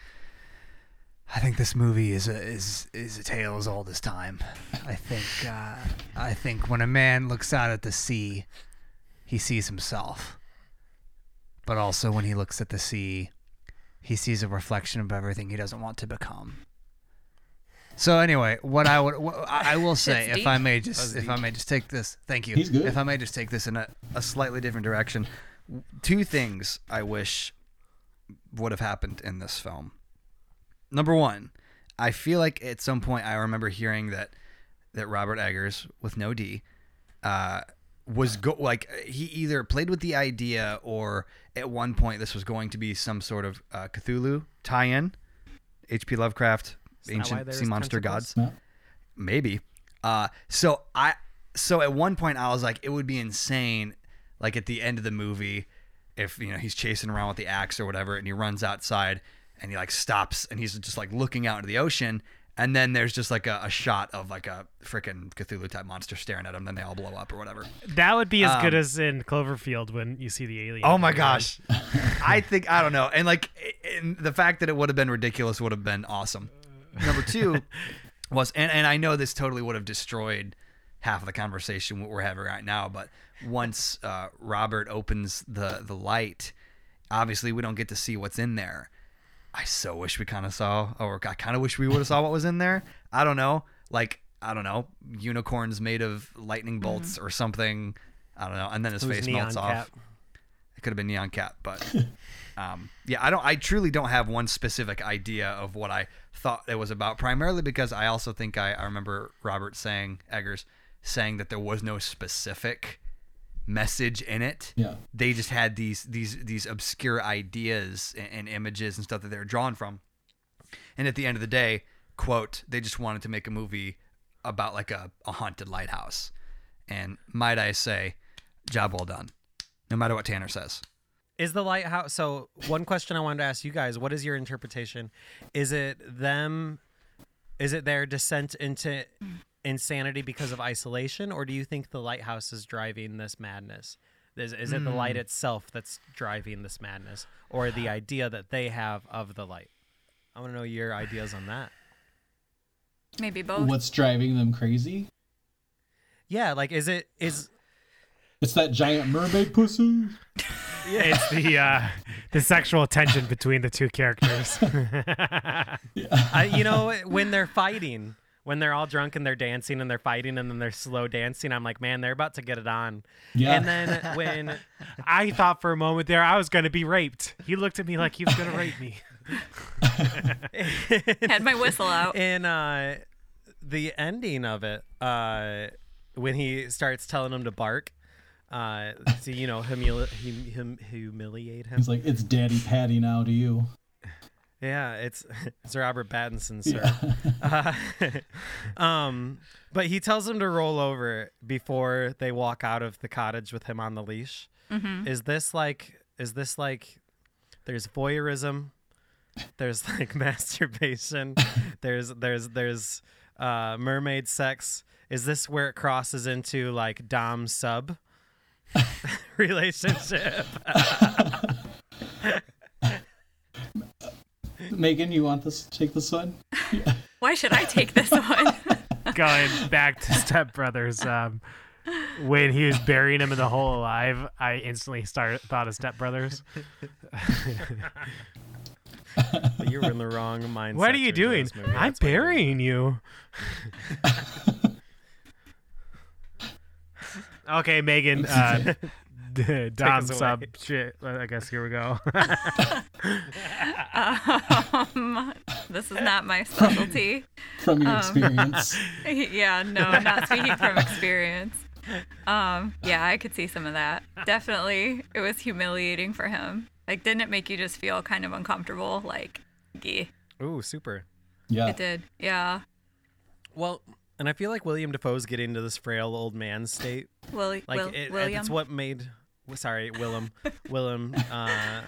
I think this movie is a is is a tale as old as time. I think uh, I think when a man looks out at the sea, he sees himself. But also when he looks at the sea, he sees a reflection of everything he doesn't want to become. So anyway, what I would what I I will say, That's if I deep. may just if I may just take this, thank you. He's good. If I may just take this in a, a slightly different direction, two things I wish would have happened in this film number one, I feel like at some point I remember hearing that that Robert Eggers with no D uh, was go like he either played with the idea or at one point this was going to be some sort of uh, Cthulhu tie-in, H.P. Lovecraft, that why ancient there's sea monster tentacles? gods No. maybe. Uh, so I, so at one point I was like, it would be insane, like at the end of the movie, if you know he's chasing around with the axe or whatever, and he runs outside and he like stops and he's just like looking out into the ocean, and then there's just like a, a shot of like a freaking Cthulhu type monster staring at him, then they all blow up or whatever. That would be as Um, good as in Cloverfield when you see the alien. Oh my Yeah. gosh, I think I don't know, and like and the fact that it would have been ridiculous would have been awesome. Number two was, and, and I know this totally would have destroyed half of the conversation what we're having right now, but once uh, Robert opens the the light, obviously we don't get to see what's in there. I so wish we kind of saw, or I kind of wish we would have saw what was in there. I don't know, like I don't know, unicorns made of lightning bolts or something. I don't know, and then his Who's face Mm-hmm. neon melts off. cap? It could have been Neon Cat, but um, yeah, I don't. I truly don't have one specific idea of what I thought it was about. Primarily because I also think I, I remember Robert saying Eggers saying that there was no specific message in it. Yeah. They just had these these these obscure ideas and, and images and stuff that they were drawn from. And at the end of the day, quote, they just wanted to make a movie about like a, a haunted lighthouse. And might I say, job well done. No matter what Tanner says. Is the lighthouse so one question I wanted to ask you guys, what is your interpretation? Is it them is it their descent into insanity because of isolation or do you think the lighthouse is driving this madness? Is, is it the light itself that's driving this madness or the idea that they have of the light? I want to know your ideas on that. Maybe both. What's driving them crazy? Yeah, like is it is It's that giant mermaid pussy. It's the uh, the sexual tension between the two characters. I, you know, when they're fighting, when they're all drunk and they're dancing and they're fighting and then they're slow dancing, I'm like, man, they're about to get it on. Yeah. And then when I thought for a moment there I was going to be raped. He looked at me like he was going to rape me. Had my whistle out. in uh, the ending of it, uh, when he starts telling him to bark, uh, to you know humili- hum- hum- humiliate him. He's like, it's Daddy Patty now to you. Yeah, it's it's Robert Pattinson, sir. Uh, um, but he tells him to roll over before they walk out of the cottage with him on the leash. Is this like? Is this like? There's voyeurism. There's like masturbation. There's there's there's uh, mermaid sex. Is this where it crosses into like dom sub relationship? Megan, you want this? Take this one. Why should I take this one? Going back to Step Brothers, um, when he was burying him in the hole alive, I instantly started thought of Step Brothers. you were in the wrong mindset. What are you to enjoy doing? this movie. I'm That's what it is. burying you. okay, Megan. Uh, d- Dom us away. sub shit. I guess here we go. um, this is not my specialty. From Um, your experience. yeah, no, not speaking from experience. Um, yeah, I could see some of that. Definitely, it was humiliating for him. Like, didn't it make you just feel kind of uncomfortable? Like, gee, Ooh, super. Yeah. it did. Yeah. Well, and I feel like William Defoe's getting to this frail old man state. Will, Like Will, it- it, William. it's what made. w- Sorry, Willem. Willem. Uh,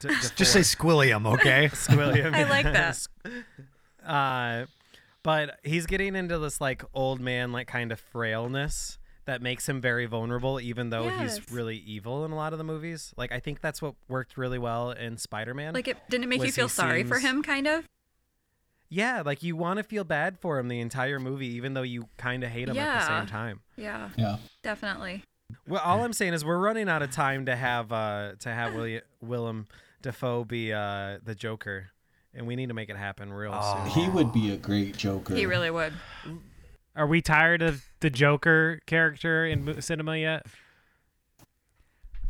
D- Just say squillium, okay? say William. I like that. uh, but he's getting into this like old man like kind of frailness that makes him very vulnerable, even though Yes. he's really evil in a lot of the movies. Like I think that's what worked really well in Spider Man. Like, it didn't make you was he feel sorry for seems- him, kind of. Yeah, like you want to feel bad for him the entire movie, even though you kind of hate him at the Yeah. same time. Yeah, Yeah. definitely. Well, all I'm saying is we're running out of time to have uh, to have William Willem Dafoe be uh, the Joker, and we need to make it happen real Oh. soon. He would be a great Joker. He really would. Are we tired of the Joker character in mo- cinema yet?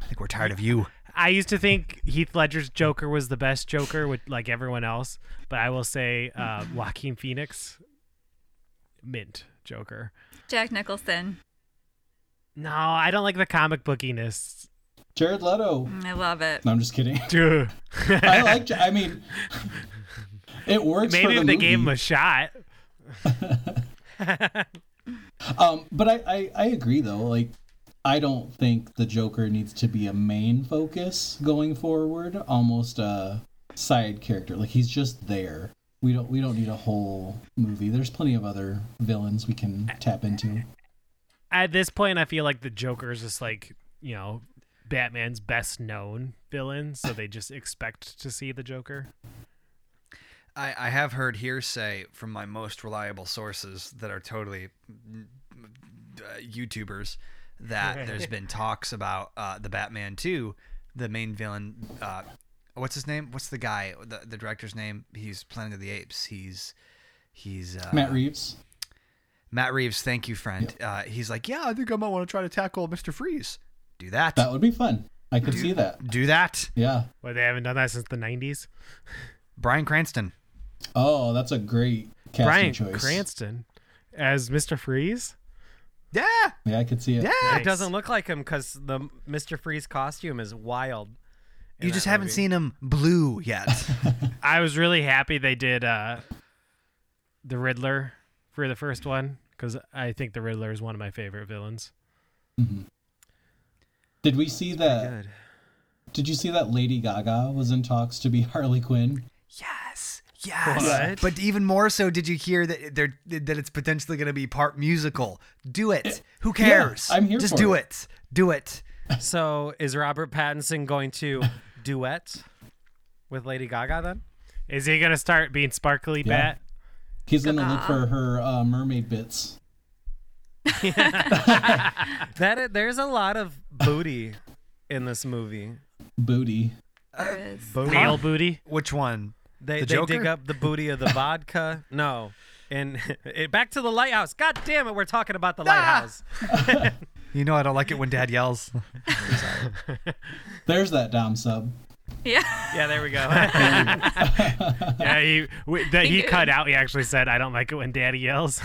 I think we're tired of you. I used to think Heath Ledger's Joker was the best Joker with like everyone else, but I will say uh, Joaquin Phoenix, mint Joker. Jack Nicholson. No, I don't like the comic bookiness. Jared Leto. mm, I love it. No, I'm just kidding. Duh. I like. Ja- I mean, it works. for Maybe the if they gave him movie. a shot. Um, but I, I, I agree though. Like, I don't think the Joker needs to be a main focus going forward. Almost a side character. Like he's just there. We don't we don't need a whole movie. There's plenty of other villains we can tap into. At this point, I feel like the Joker is just like you know Batman's best known villain, so they just expect to see the Joker. I, I have heard hearsay from my most reliable sources that are totally mm, uh, YouTubers that there's been talks about uh, the Batman 2, the main villain. Uh, what's his name? What's the guy? The, the director's name? He's Planet of the Apes. He's he's uh, Matt Reeves. Matt Reeves. Thank you, friend. Uh, he's like, yeah, I think I might want to try to tackle Mister Freeze. Do that. That would be fun. I could see that. Do that. Yeah. Well, they haven't done that since the '90s. Brian Cranston. Oh, that's a great casting Brian choice. Cranston as Mister Freeze. Yeah. Yeah, I could see it. Yeah. It doesn't look like him because the Mr. Freeze costume is wild. in You that just haven't movie. seen him blue yet. I was really happy they did uh, the Riddler for the first one because I think the Riddler is one of my favorite villains. Did we see that? Good. Did you see that Lady Gaga was in talks to be Harley Quinn? Yes. Yes. What? But even more so, did you hear that they're that it's potentially going to be part musical? Do it. Who cares? I'm here Just for do it. it. Do it. So is Robert Pattinson going to duet with Lady Gaga then? Is he gonna start being sparkly Yeah. bat? He's gonna look for her uh, mermaid bits. That i- there's a lot of booty in this movie. Booty. Uh, There is. Male booty? Which one? They, The they dig Joker? up the booty of the vodka. No. And it, back to the lighthouse. God damn it, we're talking about Ah! the lighthouse. You know I don't like it when Dad yells. There's that Dom sub. Yeah. Yeah, there we go. I Yeah, he w- that he did. cut out. He actually said, "I don't like it when Daddy yells."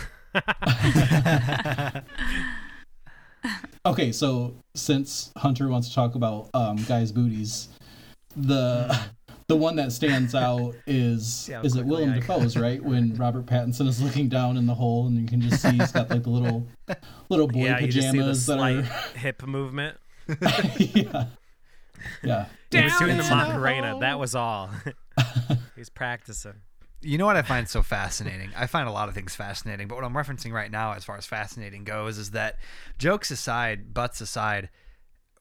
Okay, so since Hunter wants to talk about um, guys' booties, the the one that stands out is how is it quickly Willem I- Dafoe's right when Robert Pattinson is looking down in the hole and you can just see he's got like the little little boy yeah, you just see the pajamas that slight are hip movement. yeah yeah He was doing the in the Macarena. hole. That was all. He's practicing. You know what I find so fascinating? I find a lot of things fascinating, but what I'm referencing right now, as far as fascinating goes, is that jokes aside, butts aside,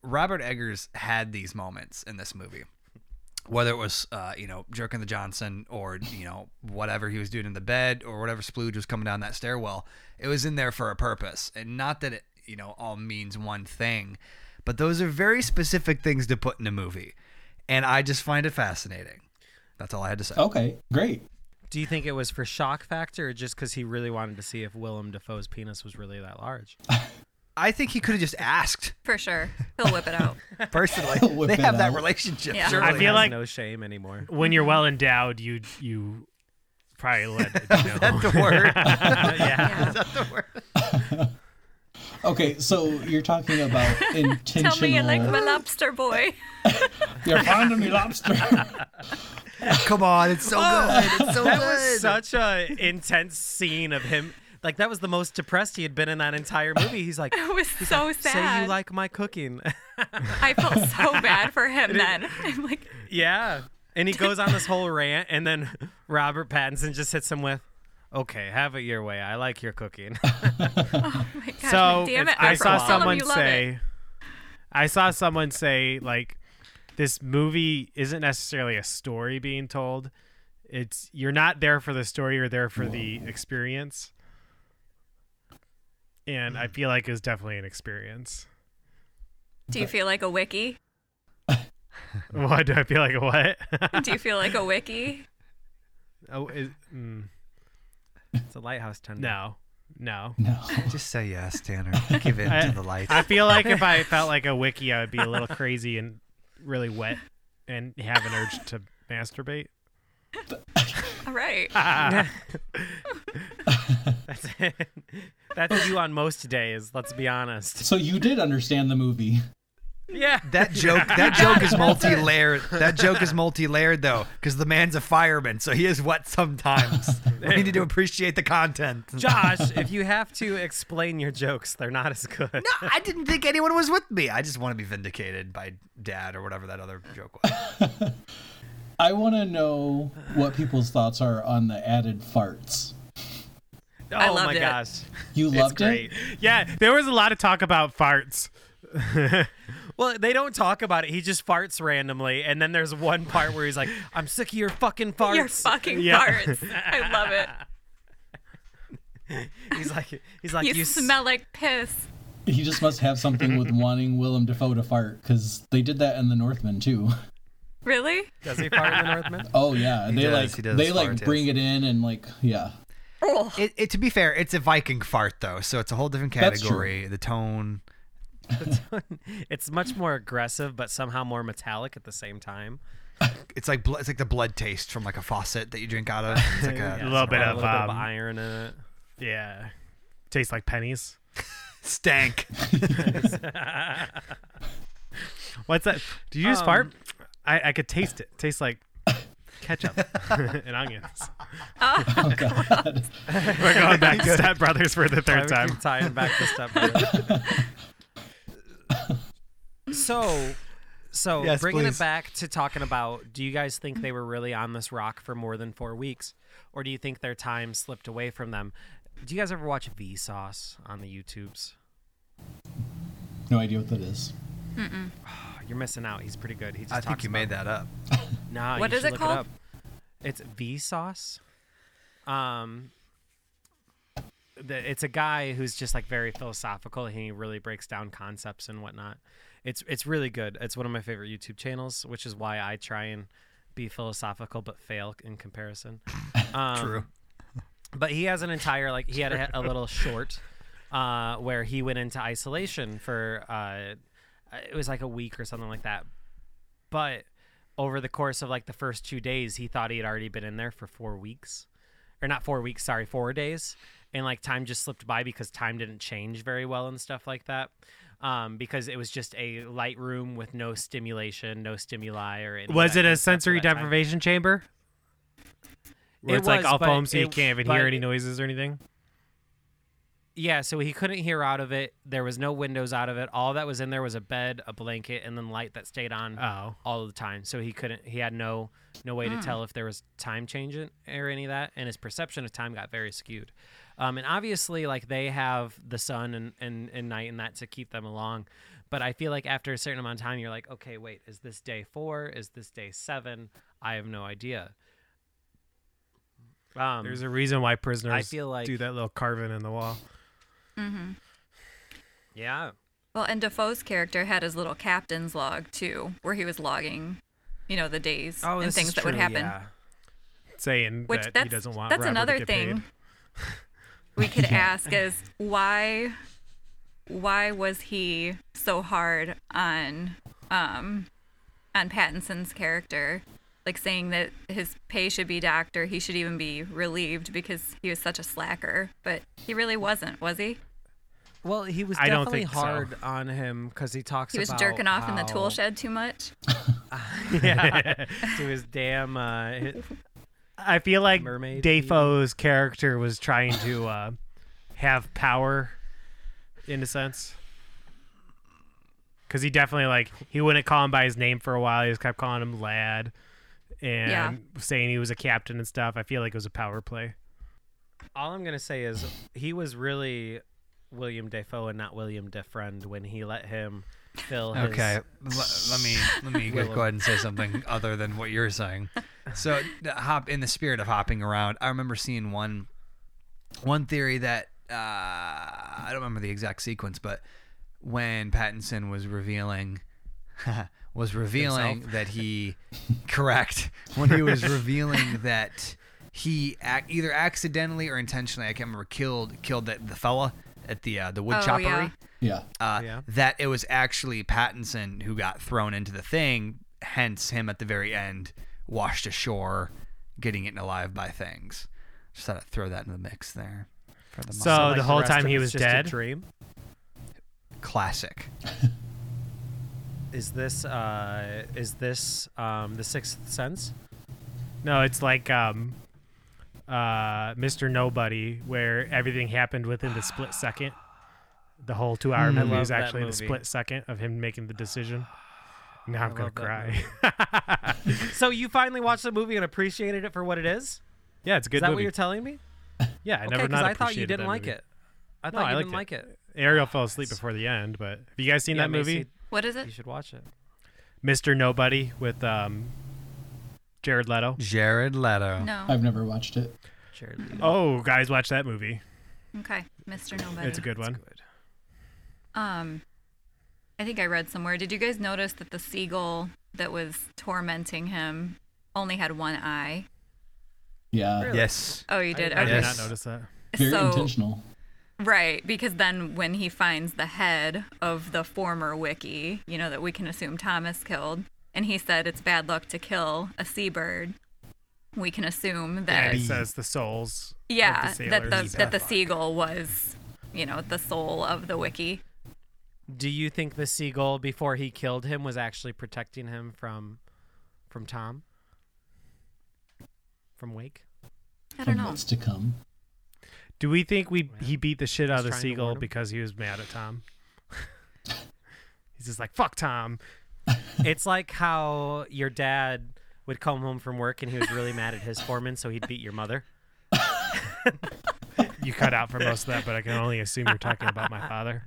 Robert Eggers had these moments in this movie. Whether it was, uh, you know, jerking the Johnson or, you know, whatever he was doing in the bed or whatever splooge was coming down that stairwell, it was in there for a purpose. And not that it, you know, all means one thing, but those are very specific things to put in a movie. And I just find it fascinating. That's all I had to say. okay great Do you think it was for shock factor or just because he really wanted to see if Willem Dafoe's penis was really that large? I think he could have just asked For sure. He'll whip it out. personally. Whip they it have that out. relationship. Yeah. surely. I He feel has like- no shame anymore. When you're well endowed, you you probably let it know. That's Oh, the word. Yeah. That's the word. okay so you're talking about intentional Tell me you like my lobster boy. you're fond of me lobster Come on, it's so good. It's so That good. was such a intense scene of him. Like that was the most depressed he had been in that entire movie. He's like, It was so sad. "Say you like my cooking." I felt so bad for him then. I'm like, yeah. And he goes on this whole rant and then Robert Pattinson just hits him with, "Okay, have it your way. I like your cooking." oh my gosh, so like, damn it. I April, saw tell him someone you love it. say, I saw someone say like, this movie isn't necessarily a story being told. It's you're not there for the story, you're there for the experience. And I feel like it's definitely an experience. Do you feel like a wiki? What do I feel like? What? Do you feel like a wiki? oh, is, Hmm. mm, It's a lighthouse tender. no, no. No. Just say yes, Tanner. Give in to the lights. I feel like if I felt like a wiki, I would be a little crazy and really wet and have an urge to masturbate. All right. That's it. That's you on most days, let's be honest. So you did understand the movie. Yeah. That joke, that joke is multi-layered. That joke is multi-layered though, because the man's a fireman, so he is wet sometimes. we need to appreciate the content. Josh, if you have to explain your jokes, they're not as good. No, I didn't think anyone was with me. I just want to be vindicated by dad or whatever that other joke was. I want to know what people's thoughts are on the added farts. Oh I my loved it. gosh. You It's loved great. it? Yeah, there was a lot of talk about farts. Well, they don't talk about it. He just farts randomly, and then there's one part where he's like, "I'm sick of your fucking farts." Your fucking Yeah. farts. I love it. he's like, he's like, You, you, s- smell like piss. He just must have something with wanting Willem Dafoe to fart because they did that in The Northman too. Really? Does he fart in the Northman? Oh yeah, they does, like he does they like fart, yes. bring it in and like yeah. Oh, It, it, to be fair, it's a Viking fart though, so it's a whole different That's true. category. The tone. It's much more aggressive, but somehow more metallic at the same time. It's like bl- it's like the blood taste from like a faucet that you drink out of. It's like a A little bit Got a of, little bit of um, iron in it. yeah, tastes like pennies. stank. What's that? Did Um, you just fart? I, I could taste it. Tastes like ketchup and onions. Oh god. We're going back to Step Brothers for the third I would time. keep tying back to stuff. Brother. so, so Yes, bringing please. it back to talking about, do you guys think they were really on this rock for more than four weeks, or do you think their time slipped away from them? Do you guys ever watch Vsauce on the YouTubes? no idea what that is. Oh, you're missing out. He's pretty good. He just I talks think you made about- that up. Nah, What you is should it look called? up. It's Vsauce. Um, the, it's a guy who's just like very philosophical. He really breaks down concepts and whatnot. It's it's really good. It's one of my favorite YouTube channels, which is why I try and be philosophical but fail in comparison. Um, True. But he has an entire like he had a, a little short uh, where he went into isolation for uh, it was like a week or something like that. But over the course of like the first two days, he thought he had already been in there for four weeks or not four weeks, sorry, four days. And like time just slipped by because time didn't change very well and stuff like that. Um, because it was just a light room with no stimulation, no stimuli or any of Was that it kind a of stuff for sensory that time. deprivation chamber? Where It it's like was, all but foam, so you it- can't even but hear it- any noises or anything. Yeah, so he couldn't hear out of it. There was no windows out of it. All that was in there was a bed, a blanket, and then light that stayed on Oh, all the time. So he couldn't he had no no way Hmm. to tell if there was time change in, or any of that and his perception of time got very skewed. Um, and obviously like they have the sun and, and, and night and that to keep them along. But I feel like after a certain amount of time you're like, okay, wait, is this day four? Is this day seven? I have no idea. Um, there's a reason why prisoners feel like- do that little carving in the wall. yeah. Well, and Defoe's character had his little captain's log too, where he was logging, you know, the days Oh, and things that would happen. saying Which that that's he doesn't want. that's Robert another to get paid. thing we could ask is why why was he so hard on um on Pattinson's character? Like saying that his pay should be doctor, he should even be relieved because he was such a slacker. But he really wasn't, was he? Well, he was I don't definitely think so. hard on him because he talks. He was about jerking off in the how- tool shed too much. yeah, to his damn uh, Oh, hit- I feel like Mermaid Defoe's character was trying to uh, have power, in a sense, because he definitely like he wouldn't call him by his name for a while. He just kept calling him lad, and Yeah. saying he was a captain and stuff. I feel like it was a power play. all I'm gonna say is he was really William Defoe and not William DeFriend when he let him fill his. Okay, l- let me let me go Willem. ahead and say something other than what you're saying. so the hop in the spirit of hopping around i remember seeing one one theory that uh, i don't remember the exact sequence but when pattinson was revealing was revealing that he correct when he was revealing that he ac- either accidentally or intentionally i can't remember killed killed the, the fella at the uh, the wood Oh, choppery yeah. Yeah. uh, Yeah. that it was actually Pattinson who got thrown into the thing, hence him at the very end washed ashore, getting eaten alive by things. Just thought I'd throw that in the mix there. For the So moment. the whole time he was dead? dream. classic. Is this uh, is this um, the sixth sense? No, it's like um, uh, Mr. Nobody, where everything happened within the split second. The whole two-hour movie Mm. love is that actually the movie. split second of him making the decision. Now I'm gonna love that cry. So you finally watched the movie and appreciated it for what it is? yeah, it's a good is that what movie. you're telling me? yeah, I never okay, not I thought you appreciated didn't that like movie. it. I No, thought I you liked didn't it. like it. Ariel fell asleep before the end, but have you guys seen Yeah, that movie? Macy, What is You it? should watch it. Mr. Nobody with um, Jared Leto. Jared Leto. No. I've never watched it. Jared Leto. Oh, guys, watch that movie. Okay. Mr. Nobody. It's a good one. Good. Um, I think I read somewhere. Did you guys notice that the seagull that was tormenting him only had one eye? Yeah. Really? Yes. Oh, you did. I, I okay. did Yes. not notice that. Very so intentional. right, because then when he finds the head of the former Wiki, you know that we can assume Thomas killed, and he said it's bad luck to kill a seabird. We can assume that And it says the souls. of yeah, the that sailors. the that the seagull was, you know, the soul of the Wiki. Do you think the seagull before he killed him was actually protecting him from from Tom? From Wake? I don't From know. what's to come. Do we think we he beat the shit out of the trying to warn seagull him. because he was mad at Tom? He's just like fuck Tom. it's like how your dad would come home from work and he was really mad at his foreman, so he'd beat your mother. You cut out for most of that, but I can only assume you're talking about my father.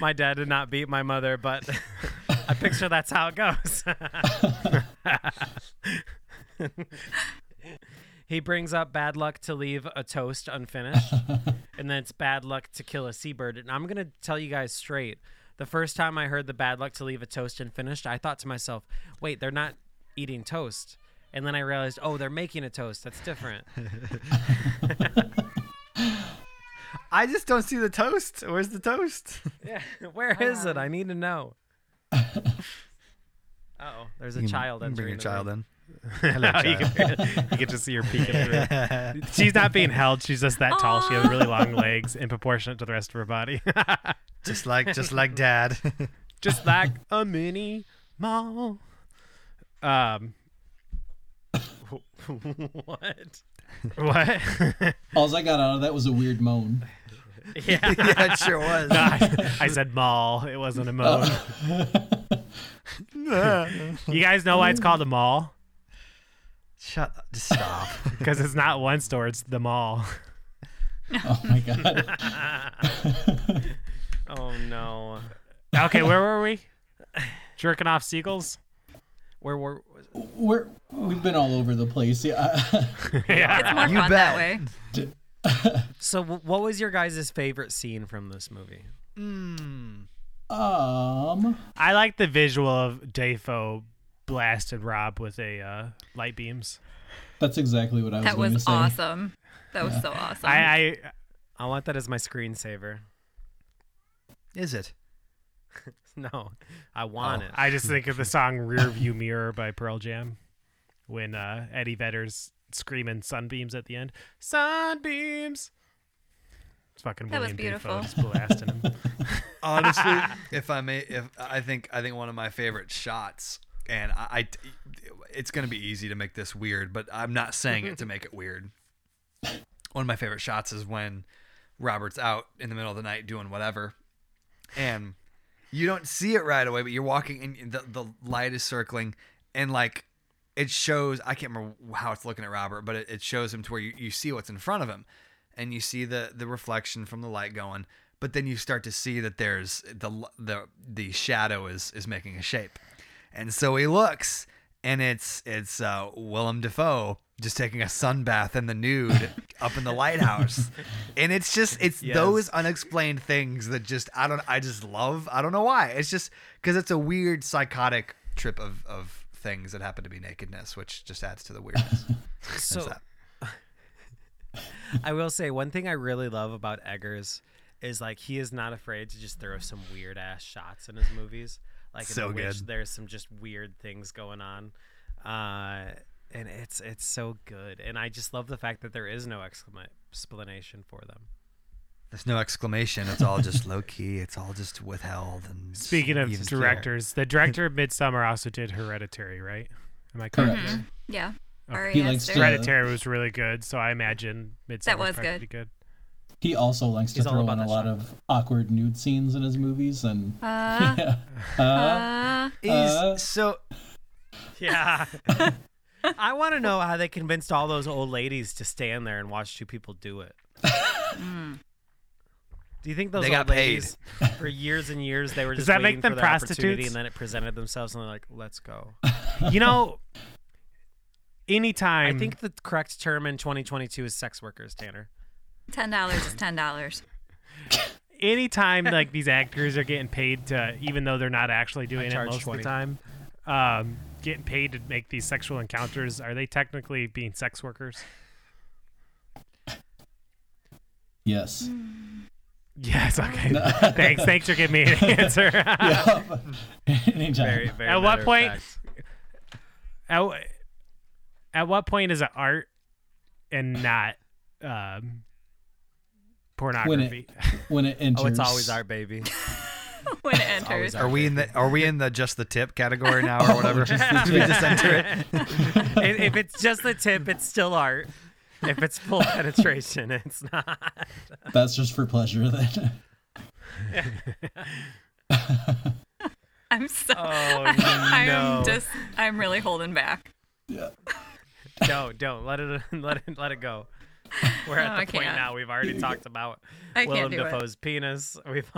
My dad did not beat my mother, but I picture that's how it goes. he brings up bad luck to leave a toast unfinished, and then it's bad luck to kill a seabird. And I'm going to tell you guys straight the first time I heard the bad luck to leave a toast unfinished, I thought to myself, wait, they're not eating toast. And then I realized, oh, they're making a toast. That's different. I just don't see the toast. Where's the toast? Yeah. Where is it? I need to know. Oh, there's a child. Bring entering your the child room. in. Hello, you, can, you can just see her peeking through. She's not being held. She's just that tall. She has really long legs in proportionate to the rest of her body. Just like just like dad. just like a mini mall. Um, what? what? Alls I got out of that was a weird moan. yeah, yeah, it sure was. I, I said mall. It wasn't a mall. you guys know why it's called a mall? Shut up. Just stop. Because it's not one store; it's the mall. Oh my god. Oh no. Okay, where were we? Jerking off seagulls. Where were? We're we've been all over the place. Yeah. It's more You fun that bet. way. So, wh- what was your guys' favorite scene from this movie? um I like the visual of Defo blasted Rob with a uh, light beams. that's exactly what I was That going to was say. awesome. That was so awesome. I, I I want that as my screensaver. Is it? Oh, No, I want it. Oh, I just think of the song Rearview Mirror by Pearl Jam when uh, Eddie Vedder's screaming sunbeams at the end. Sunbeams. It's fucking That was William beautiful. Defoe just blasting him. honestly if i may if i think i think one of my favorite shots and i, I- it's going to be easy to make this weird but i'm not saying it to make it weird one of my favorite shots is when robert's out in the middle of the night doing whatever and you don't see it right away but you're walking and the, the light is circling and like it shows i can't remember how it's looking at robert but it, it shows him to where you, you see what's in front of him and you see the the reflection from the light going but then you start to see that there's the l- the the shadow is is making a shape And so he looks, and it's it's uh, Willem Dafoe just taking a sunbath in the nude up in the lighthouse, and it's just it's Yes. those unexplained things that just I don't I just love I don't know why it's just because it's a weird psychotic trip of of things that happen to be nakedness, which just adds to the weirdness. So that. I will say one thing I really love about Eggers is like he is not afraid to just throw some weird ass shots in his movies. Like in So which good. there's some just weird things going on. Uh and it's it's so good. And I just love the fact that there is no exclama- explanation for them. There's no exclamation. It's all just low key. It's all just withheld. And Speaking of even keeled. directors, the director of Midsummer also did Hereditary, right? Am I correct? Mm-hmm. Correct. Yeah. Okay. Ari He likes Aster. to- Hereditary was really good, so I imagine Midsummer was probably good. He also likes to He's all throw about in a that lot shot. of awkward nude scenes in his movies, and Uh, yeah, uh, uh, He's Uh, so Yeah. I want to know how they convinced all those old ladies to stand there and watch two people do it. Do you think those Mm. They old got paid. ladies for years and years they were Does just that make waiting them for their opportunity prostitutes? and then it presented themselves and they're like, "Let's go." You know, anytime I think the correct term in 2022 is sex workers, Tanner. ten dollars is ten dollars. anytime like these actors are getting paid to even though they're not actually doing it charge most of 20. the time um, getting paid to make these sexual encounters are they technically being sex workers yes. mm. yes okay thanks thanks for giving me an answer Yup. Anytime. Very, very. At what matter of point- fact. at, wh- at what point is it art and not um, pornography when it enters. Oh, it's always our baby. When it always enters. Are we in the Are we in the just the tip category now Oh, or whatever? Did we just enter it? if, if it's just the tip, it's still art. If it's full penetration, it's not. That's just for pleasure then. I'm so. Oh I no! am just. I'm really holding back. yeah. No, Oh, don't let it let it let it go. We're No, at the I point can't. now. We've already talked about I can't Willem do it. Dafoe's penis. We've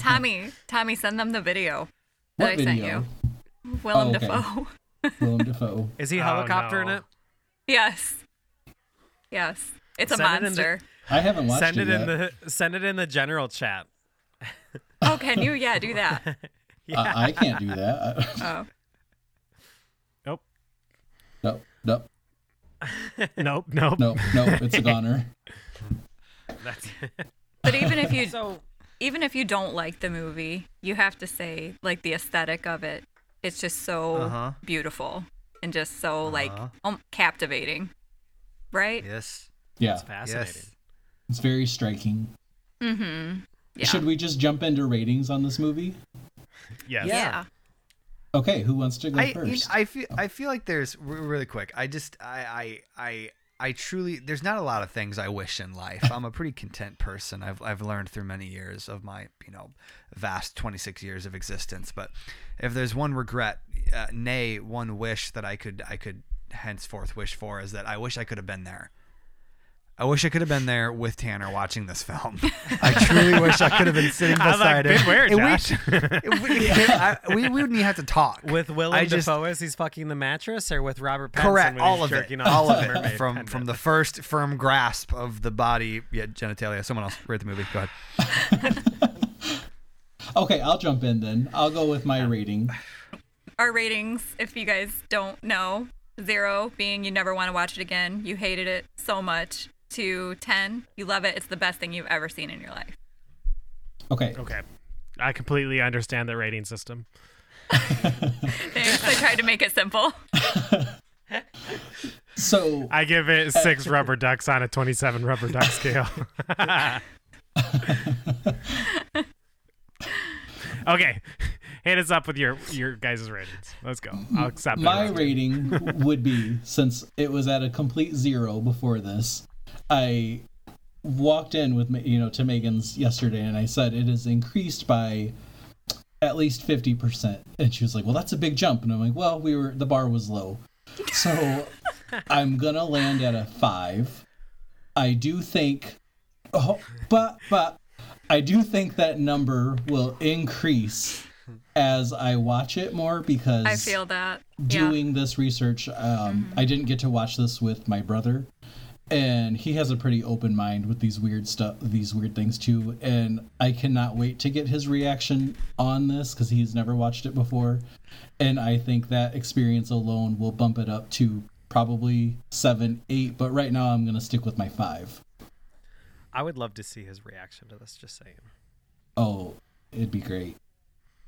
Tommy, Tommy, send them the video that What I sent video? you. Willem Oh, okay. Dafoe. Willem Dafoe. is he Oh, helicoptering no. it? Yes. Yes. It's a Send it in the- monster. I haven't watched Send it it yet. in the send it in the general chat. Oh, can you? Yeah, do that. Uh, I can't do that. Oh. nope nope. Nope. nope nope Nope. Nope. It's a goner. That's But even if you so. even if you don't like the movie, you have to say like the aesthetic of it. It's just so Uh-huh. beautiful and just so like Uh-huh. um, captivating, right? Yes. Yeah. Fascinating. Yes. It's very striking. Mm-hmm. Yeah. Should we just jump into ratings on this movie? yes yeah. Okay, who wants to go I, you- first? I feel I feel like there's re- really quick. I just I I I I truly there's not a lot of things I wish in life. I'm a pretty content person. I've I've learned through many years of my you know vast 26 years of existence. But if there's one regret, uh, nay, one wish that I could I could henceforth wish for is that I wish I could have been there. I wish I could have been there with Tanner watching this film. I truly wish I could have been sitting I'm beside like, "Been him. where, And we- Josh?" we, I- we, we wouldn't even have to talk With Willem I just- Dafoe as he's fucking the mattress, or with Robert Pattinson Correct, when he's all of jerking it, off all to of the mermaid it, from pendant? from the first firm grasp of the body, yeah, genitalia. Someone else rate the movie. Go ahead. okay, I'll jump in then. I'll go with my rating. Our ratings, if you guys don't know, zero being you never want to watch it again, you hated it so much. To ten, you love it. It's the best thing you've ever seen in your life. Okay, okay i completely understand the rating system Thanks. I tried to make it simple. so I give it six rubber ducks on a 27 rubber duck scale. okay, hit us up with your your guys' ratings. Let's go. I'll accept that my roster. rating would be since it was at a complete zero before this. I walked in with Ma- you know to Megan's yesterday, and I said it is increased by at least fifty percent, and she was like, "Well, that's a big jump," and I'm like, "Well, we were the bar was low, so I'm gonna land at a five. I do think, oh, but but I do think that number will increase as I watch it more because I feel that. doing this research, um, Mm-hmm. I didn't get to watch this with my brother, and he has a pretty open mind with these weird stuff, these weird things too. And I cannot wait to get his reaction on this because he's never watched it before, and I think that experience alone will bump it up to probably seven, eight. But right now, I'm gonna stick with my five. I would love to see his reaction to this. Just saying. Oh, it'd be great.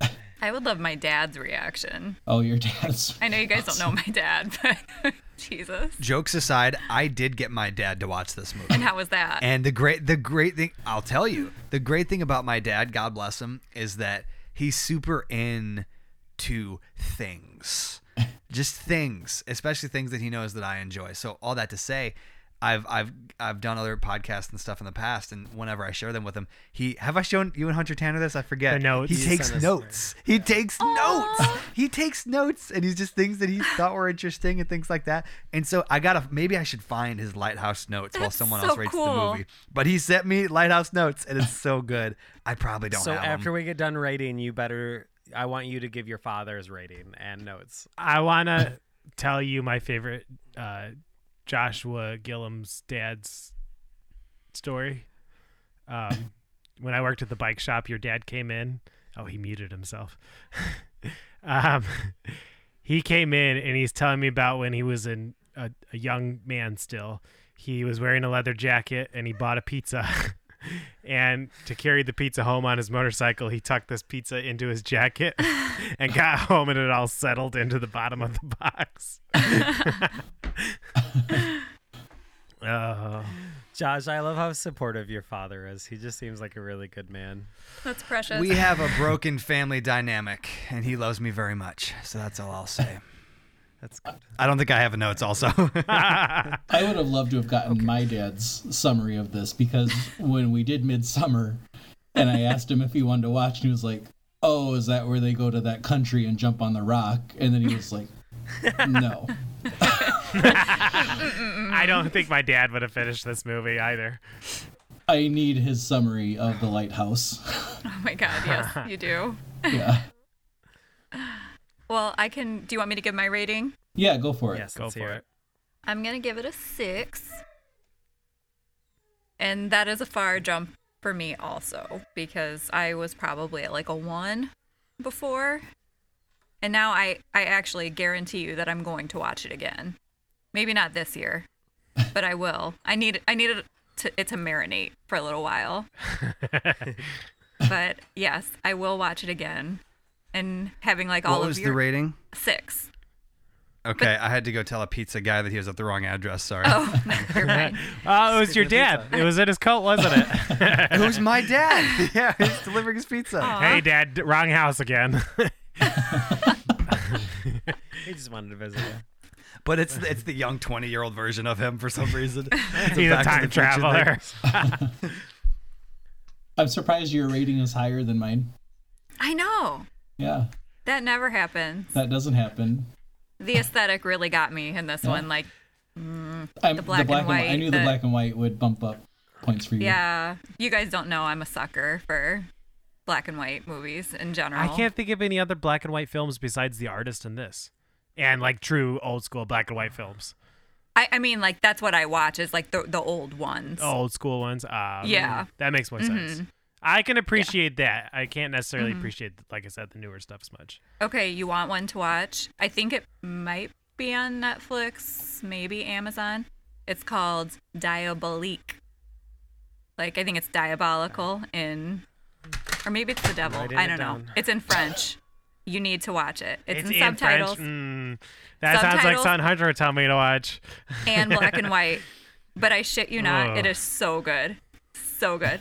yeah. I would love my dad's reaction. Oh, your dad's. I know you guys don't know my dad, but Jesus. Jokes aside, I did get my dad to watch this movie. And how was that? And the great the great thing I'll tell you, the great thing about my dad, God bless him, is that he's super in to things. Just things, especially things that he knows that I enjoy. So all that to say, I've I've I've done other podcasts and stuff in the past and whenever I share them with him, he have I shown you and Hunter Tanner this? I forget. The notes. He You takes sent us notes. He takes notes. He takes notes and he's just things that he thought were interesting and things like that. And so I gotta maybe I should find his lighthouse notes while That's someone so else rates the cool. movie. But he sent me Lighthouse Notes, and it's so good. I probably don't so have after 'em. we get done rating, you better. I want you to give your father's rating and notes. I want to tell you my favorite uh, Joshua Gillum's dad's story. Um, when I worked at the bike shop, your dad came in. Oh, he muted himself. um, he came in and he's telling me about when he was in a, a young man still. He was wearing a leather jacket and he bought a pizza. and to carry the pizza home on his motorcycle, he tucked this pizza into his jacket and got home and it all settled into the bottom of the box. oh. Josh, I love how supportive your father is. He just seems like a really good man. That's precious. we have a broken family dynamic, and he loves me very much. So that's all I'll say. That's good. I don't think I have notes. Also, I would have loved to have gotten my dad's summary of this because when we did Midsummer, and I asked him if he wanted to watch, and he was like, "Oh, is that where they go to that country and jump on the rock?" And then he was like, "No." I don't think my dad would have finished this movie either. I need his summary of the lighthouse. oh my God. Yes, you do. yeah. Well, I can. Do you want me to give my rating? Yeah, go for it. Yes, Go let's hear for it. I'm going to give it a six. And that is a far jump for me, also, because I was probably at like a one before. And now I, I actually guarantee you that I'm going to watch it again. Maybe not this year, but I will. I need I need it to, it to marinate for a little while. but yes, I will watch it again. And having like all what of was your the rating? six. Okay, I had to go tell a pizza guy that he was at the wrong address. Sorry. Oh, no, you're fine. Oh, it was your dad. It was at his cult, wasn't it? Who's my dad? yeah, he's delivering his pizza. hey, dad, d- wrong house again. He just wanted to visit you. But it's it's the young twenty year old version of him for some reason. It's He's a Back to the time Future thing. traveler. I'm surprised your rating is higher than mine. I know. Yeah, That never happens. that doesn't happen. The aesthetic really got me in this one. Like, I'm, The black and white, I knew the- the black and white would bump up points for you. yeah, you guys don't know I'm a sucker for black and white movies in general. I can't think of any other black and white films besides The Artist and this, and like true old school black and white films, I, I mean, like that's what I watch is like the the old ones. old school ones. Um, Yeah. Mm-hmm. that makes more sense. I can appreciate that. I can't necessarily appreciate, like I said, the newer stuff as much. Okay, you want one to watch? I think it might be on Netflix, maybe Amazon. It's called Diabolique. Like I think it's diabolical in, or maybe it's the devil. Writing I it don't know. down. It's in French. You need to watch it. It's, in, in subtitles. French. Mm, that sounds like Subtitles. something Hunter would tell me to watch. and black and white. But I shit you not, Ugh. it is so good. So good.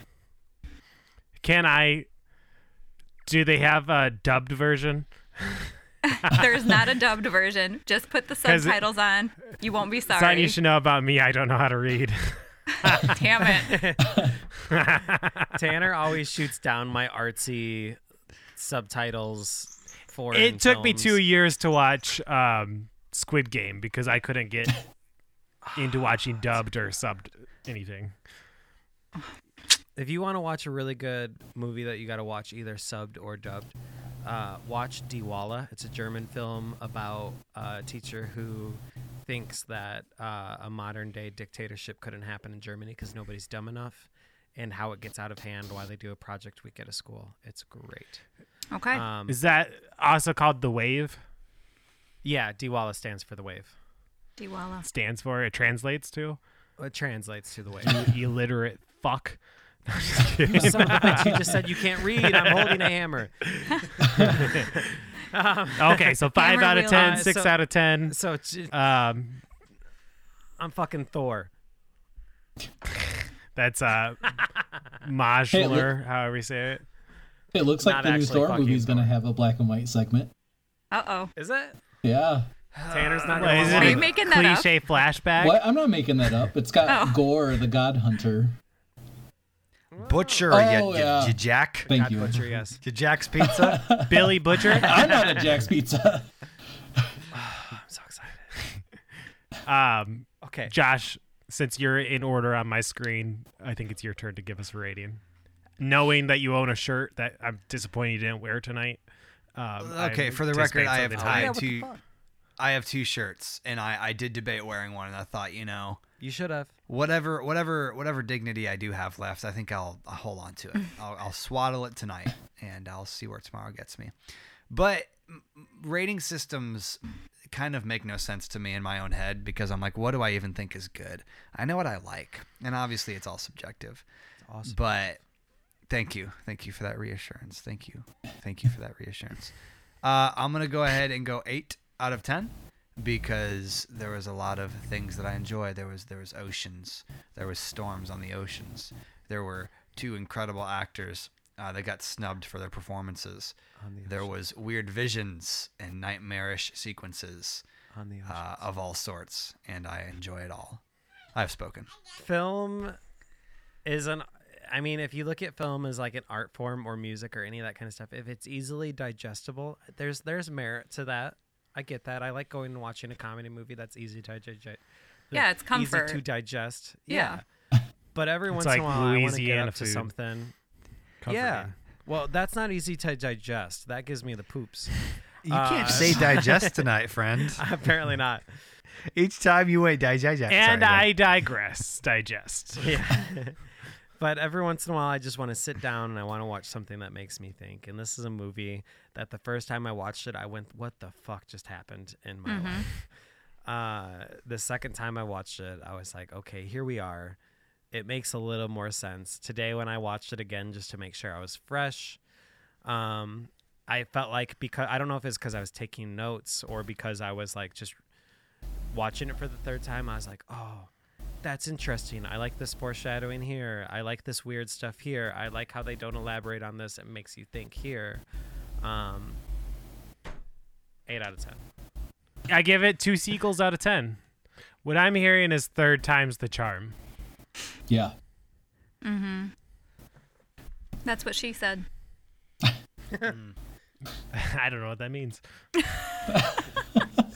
Can I? Do they have a dubbed version? There's not a dubbed version. Just put the 'Cause it- subtitles on. You won't be Something sorry. you should know about me. I don't know how to read. Damn it. Tanner always shoots down my artsy subtitles for it took me two years to watch um, Squid Game because I couldn't get into watching dubbed or subbed anything. If you want to watch a really good movie that you got to watch either subbed or dubbed, uh, watch Die Walla. It's a German film about a teacher who thinks that uh, a modern day dictatorship couldn't happen in Germany because nobody's dumb enough, and how it gets out of hand while they do a project week at a school. It's great. Okay. Um, Is that also called the wave? yeah, Die Walla stands for the wave. Diwala. Stands for it translates to It translates to the wave. you illiterate fuck. Son of a bitch, you just said you can't read. I'm holding a hammer. Okay, so five Hammer out of wheel. ten, Uh, six so- out of ten. So j- Um, I'm fucking Thor. that's uh, Hey, modular, look- however you say it. It looks like Not the new actually Thor fucking movie's going to Thor. have a black and white segment. Uh oh. Is it? Yeah. Uh, Tanner's not Wait, going is to it Are a you making that up? cliche flashback? What? I'm not making that up. It's got Oh. Gore, the God Hunter. Butcher, Oh, you, you- yeah. you Jack. Thank God you. butcher, yes. You Jack's Pizza. Billy Butcher? I'm not a Jack's Pizza. I'm so excited. um, Okay. Josh, since you're in order on my screen, I think it's your turn to give us a rating. Knowing that you own a shirt that I'm disappointed you didn't wear tonight. Um, Uh, okay, I for the anticipate record, I have something I tonight. have two I have two shirts, and I I did debate wearing one, and I thought you know You should have. whatever whatever whatever dignity I do have left, I think I'll, I'll hold on to it. I'll, I'll swaddle it tonight, and I'll see where tomorrow gets me. But m- rating systems kind of make no sense to me in my own head because I'm like, what do I even think is good? I know what I like, and obviously it's all subjective. awesome. But thank you, thank you for that reassurance. Thank you, thank you for that reassurance. Uh, I'm gonna go ahead and go eight out of ten because there was a lot of things that I enjoyed. There was there was oceans, there was storms on the oceans. There were two incredible actors uh, that got snubbed for their performances. On the There was weird visions and nightmarish sequences On the ocean. uh, of all sorts, and I enjoy it all. I've spoken. film is an. I mean, if you look at film as like an art form or music or any of that kind of stuff, if it's easily digestible, there's there's merit to that. I get that. I like going and watching a comedy movie that's easy to digest. Yeah, it's comfort. Easy to digest. Yeah. But every once like in a while, I want to get Louisiana up to food. something. Comforting. Yeah. Well, that's not easy to digest. That gives me the poops. You can't Uh, say digest tonight, friend. Apparently not. Each time you wait, digest. And I digress. Digest. Yeah. but every once in a while, I just want to sit down and I want to watch something that makes me think. And this is a movie that the first time I watched it, I went, "What the fuck just happened in my life?" Uh, the second time I watched it, I was like, "Okay, here we are." It makes a little more sense today when I watched it again, just to make sure I was fresh. Um, I felt like because I don't know if it's because I was taking notes or because I was like just watching it for the third time. I was like, "Oh, that's interesting. I like this foreshadowing here. I like this weird stuff here. I like how they don't elaborate on this. It makes you think here. Um, eight out of ten. I give it two sequels out of ten. What I'm hearing is third time's the charm. Yeah. That's what she said. I don't know what that means.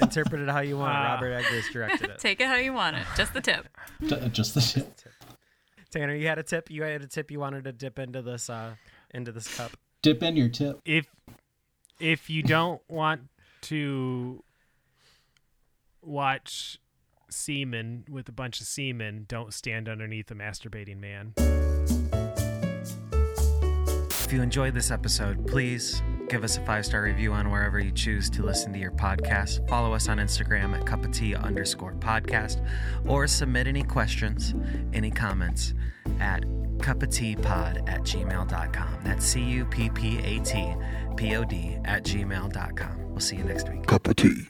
Interpret it how you want. Ah. Robert Eggers directed it. Take it how you want it. Just the tip. Ju- Just the shit. Tanner, you had a tip. You had a tip. You wanted to dip into this, uh, into this cup. Dip in your tip. If if you don't want to watch semen with a bunch of semen, don't stand underneath a masturbating man. If you enjoyed this episode, please give us a five star review on wherever you choose to listen to your podcast. Follow us on Instagram at cup of tea underscore podcast or submit any questions, any comments at cup of tea pod at gmail.com. That's C U P P A T P O D at gmail.com. We'll see you next week. cup of tea.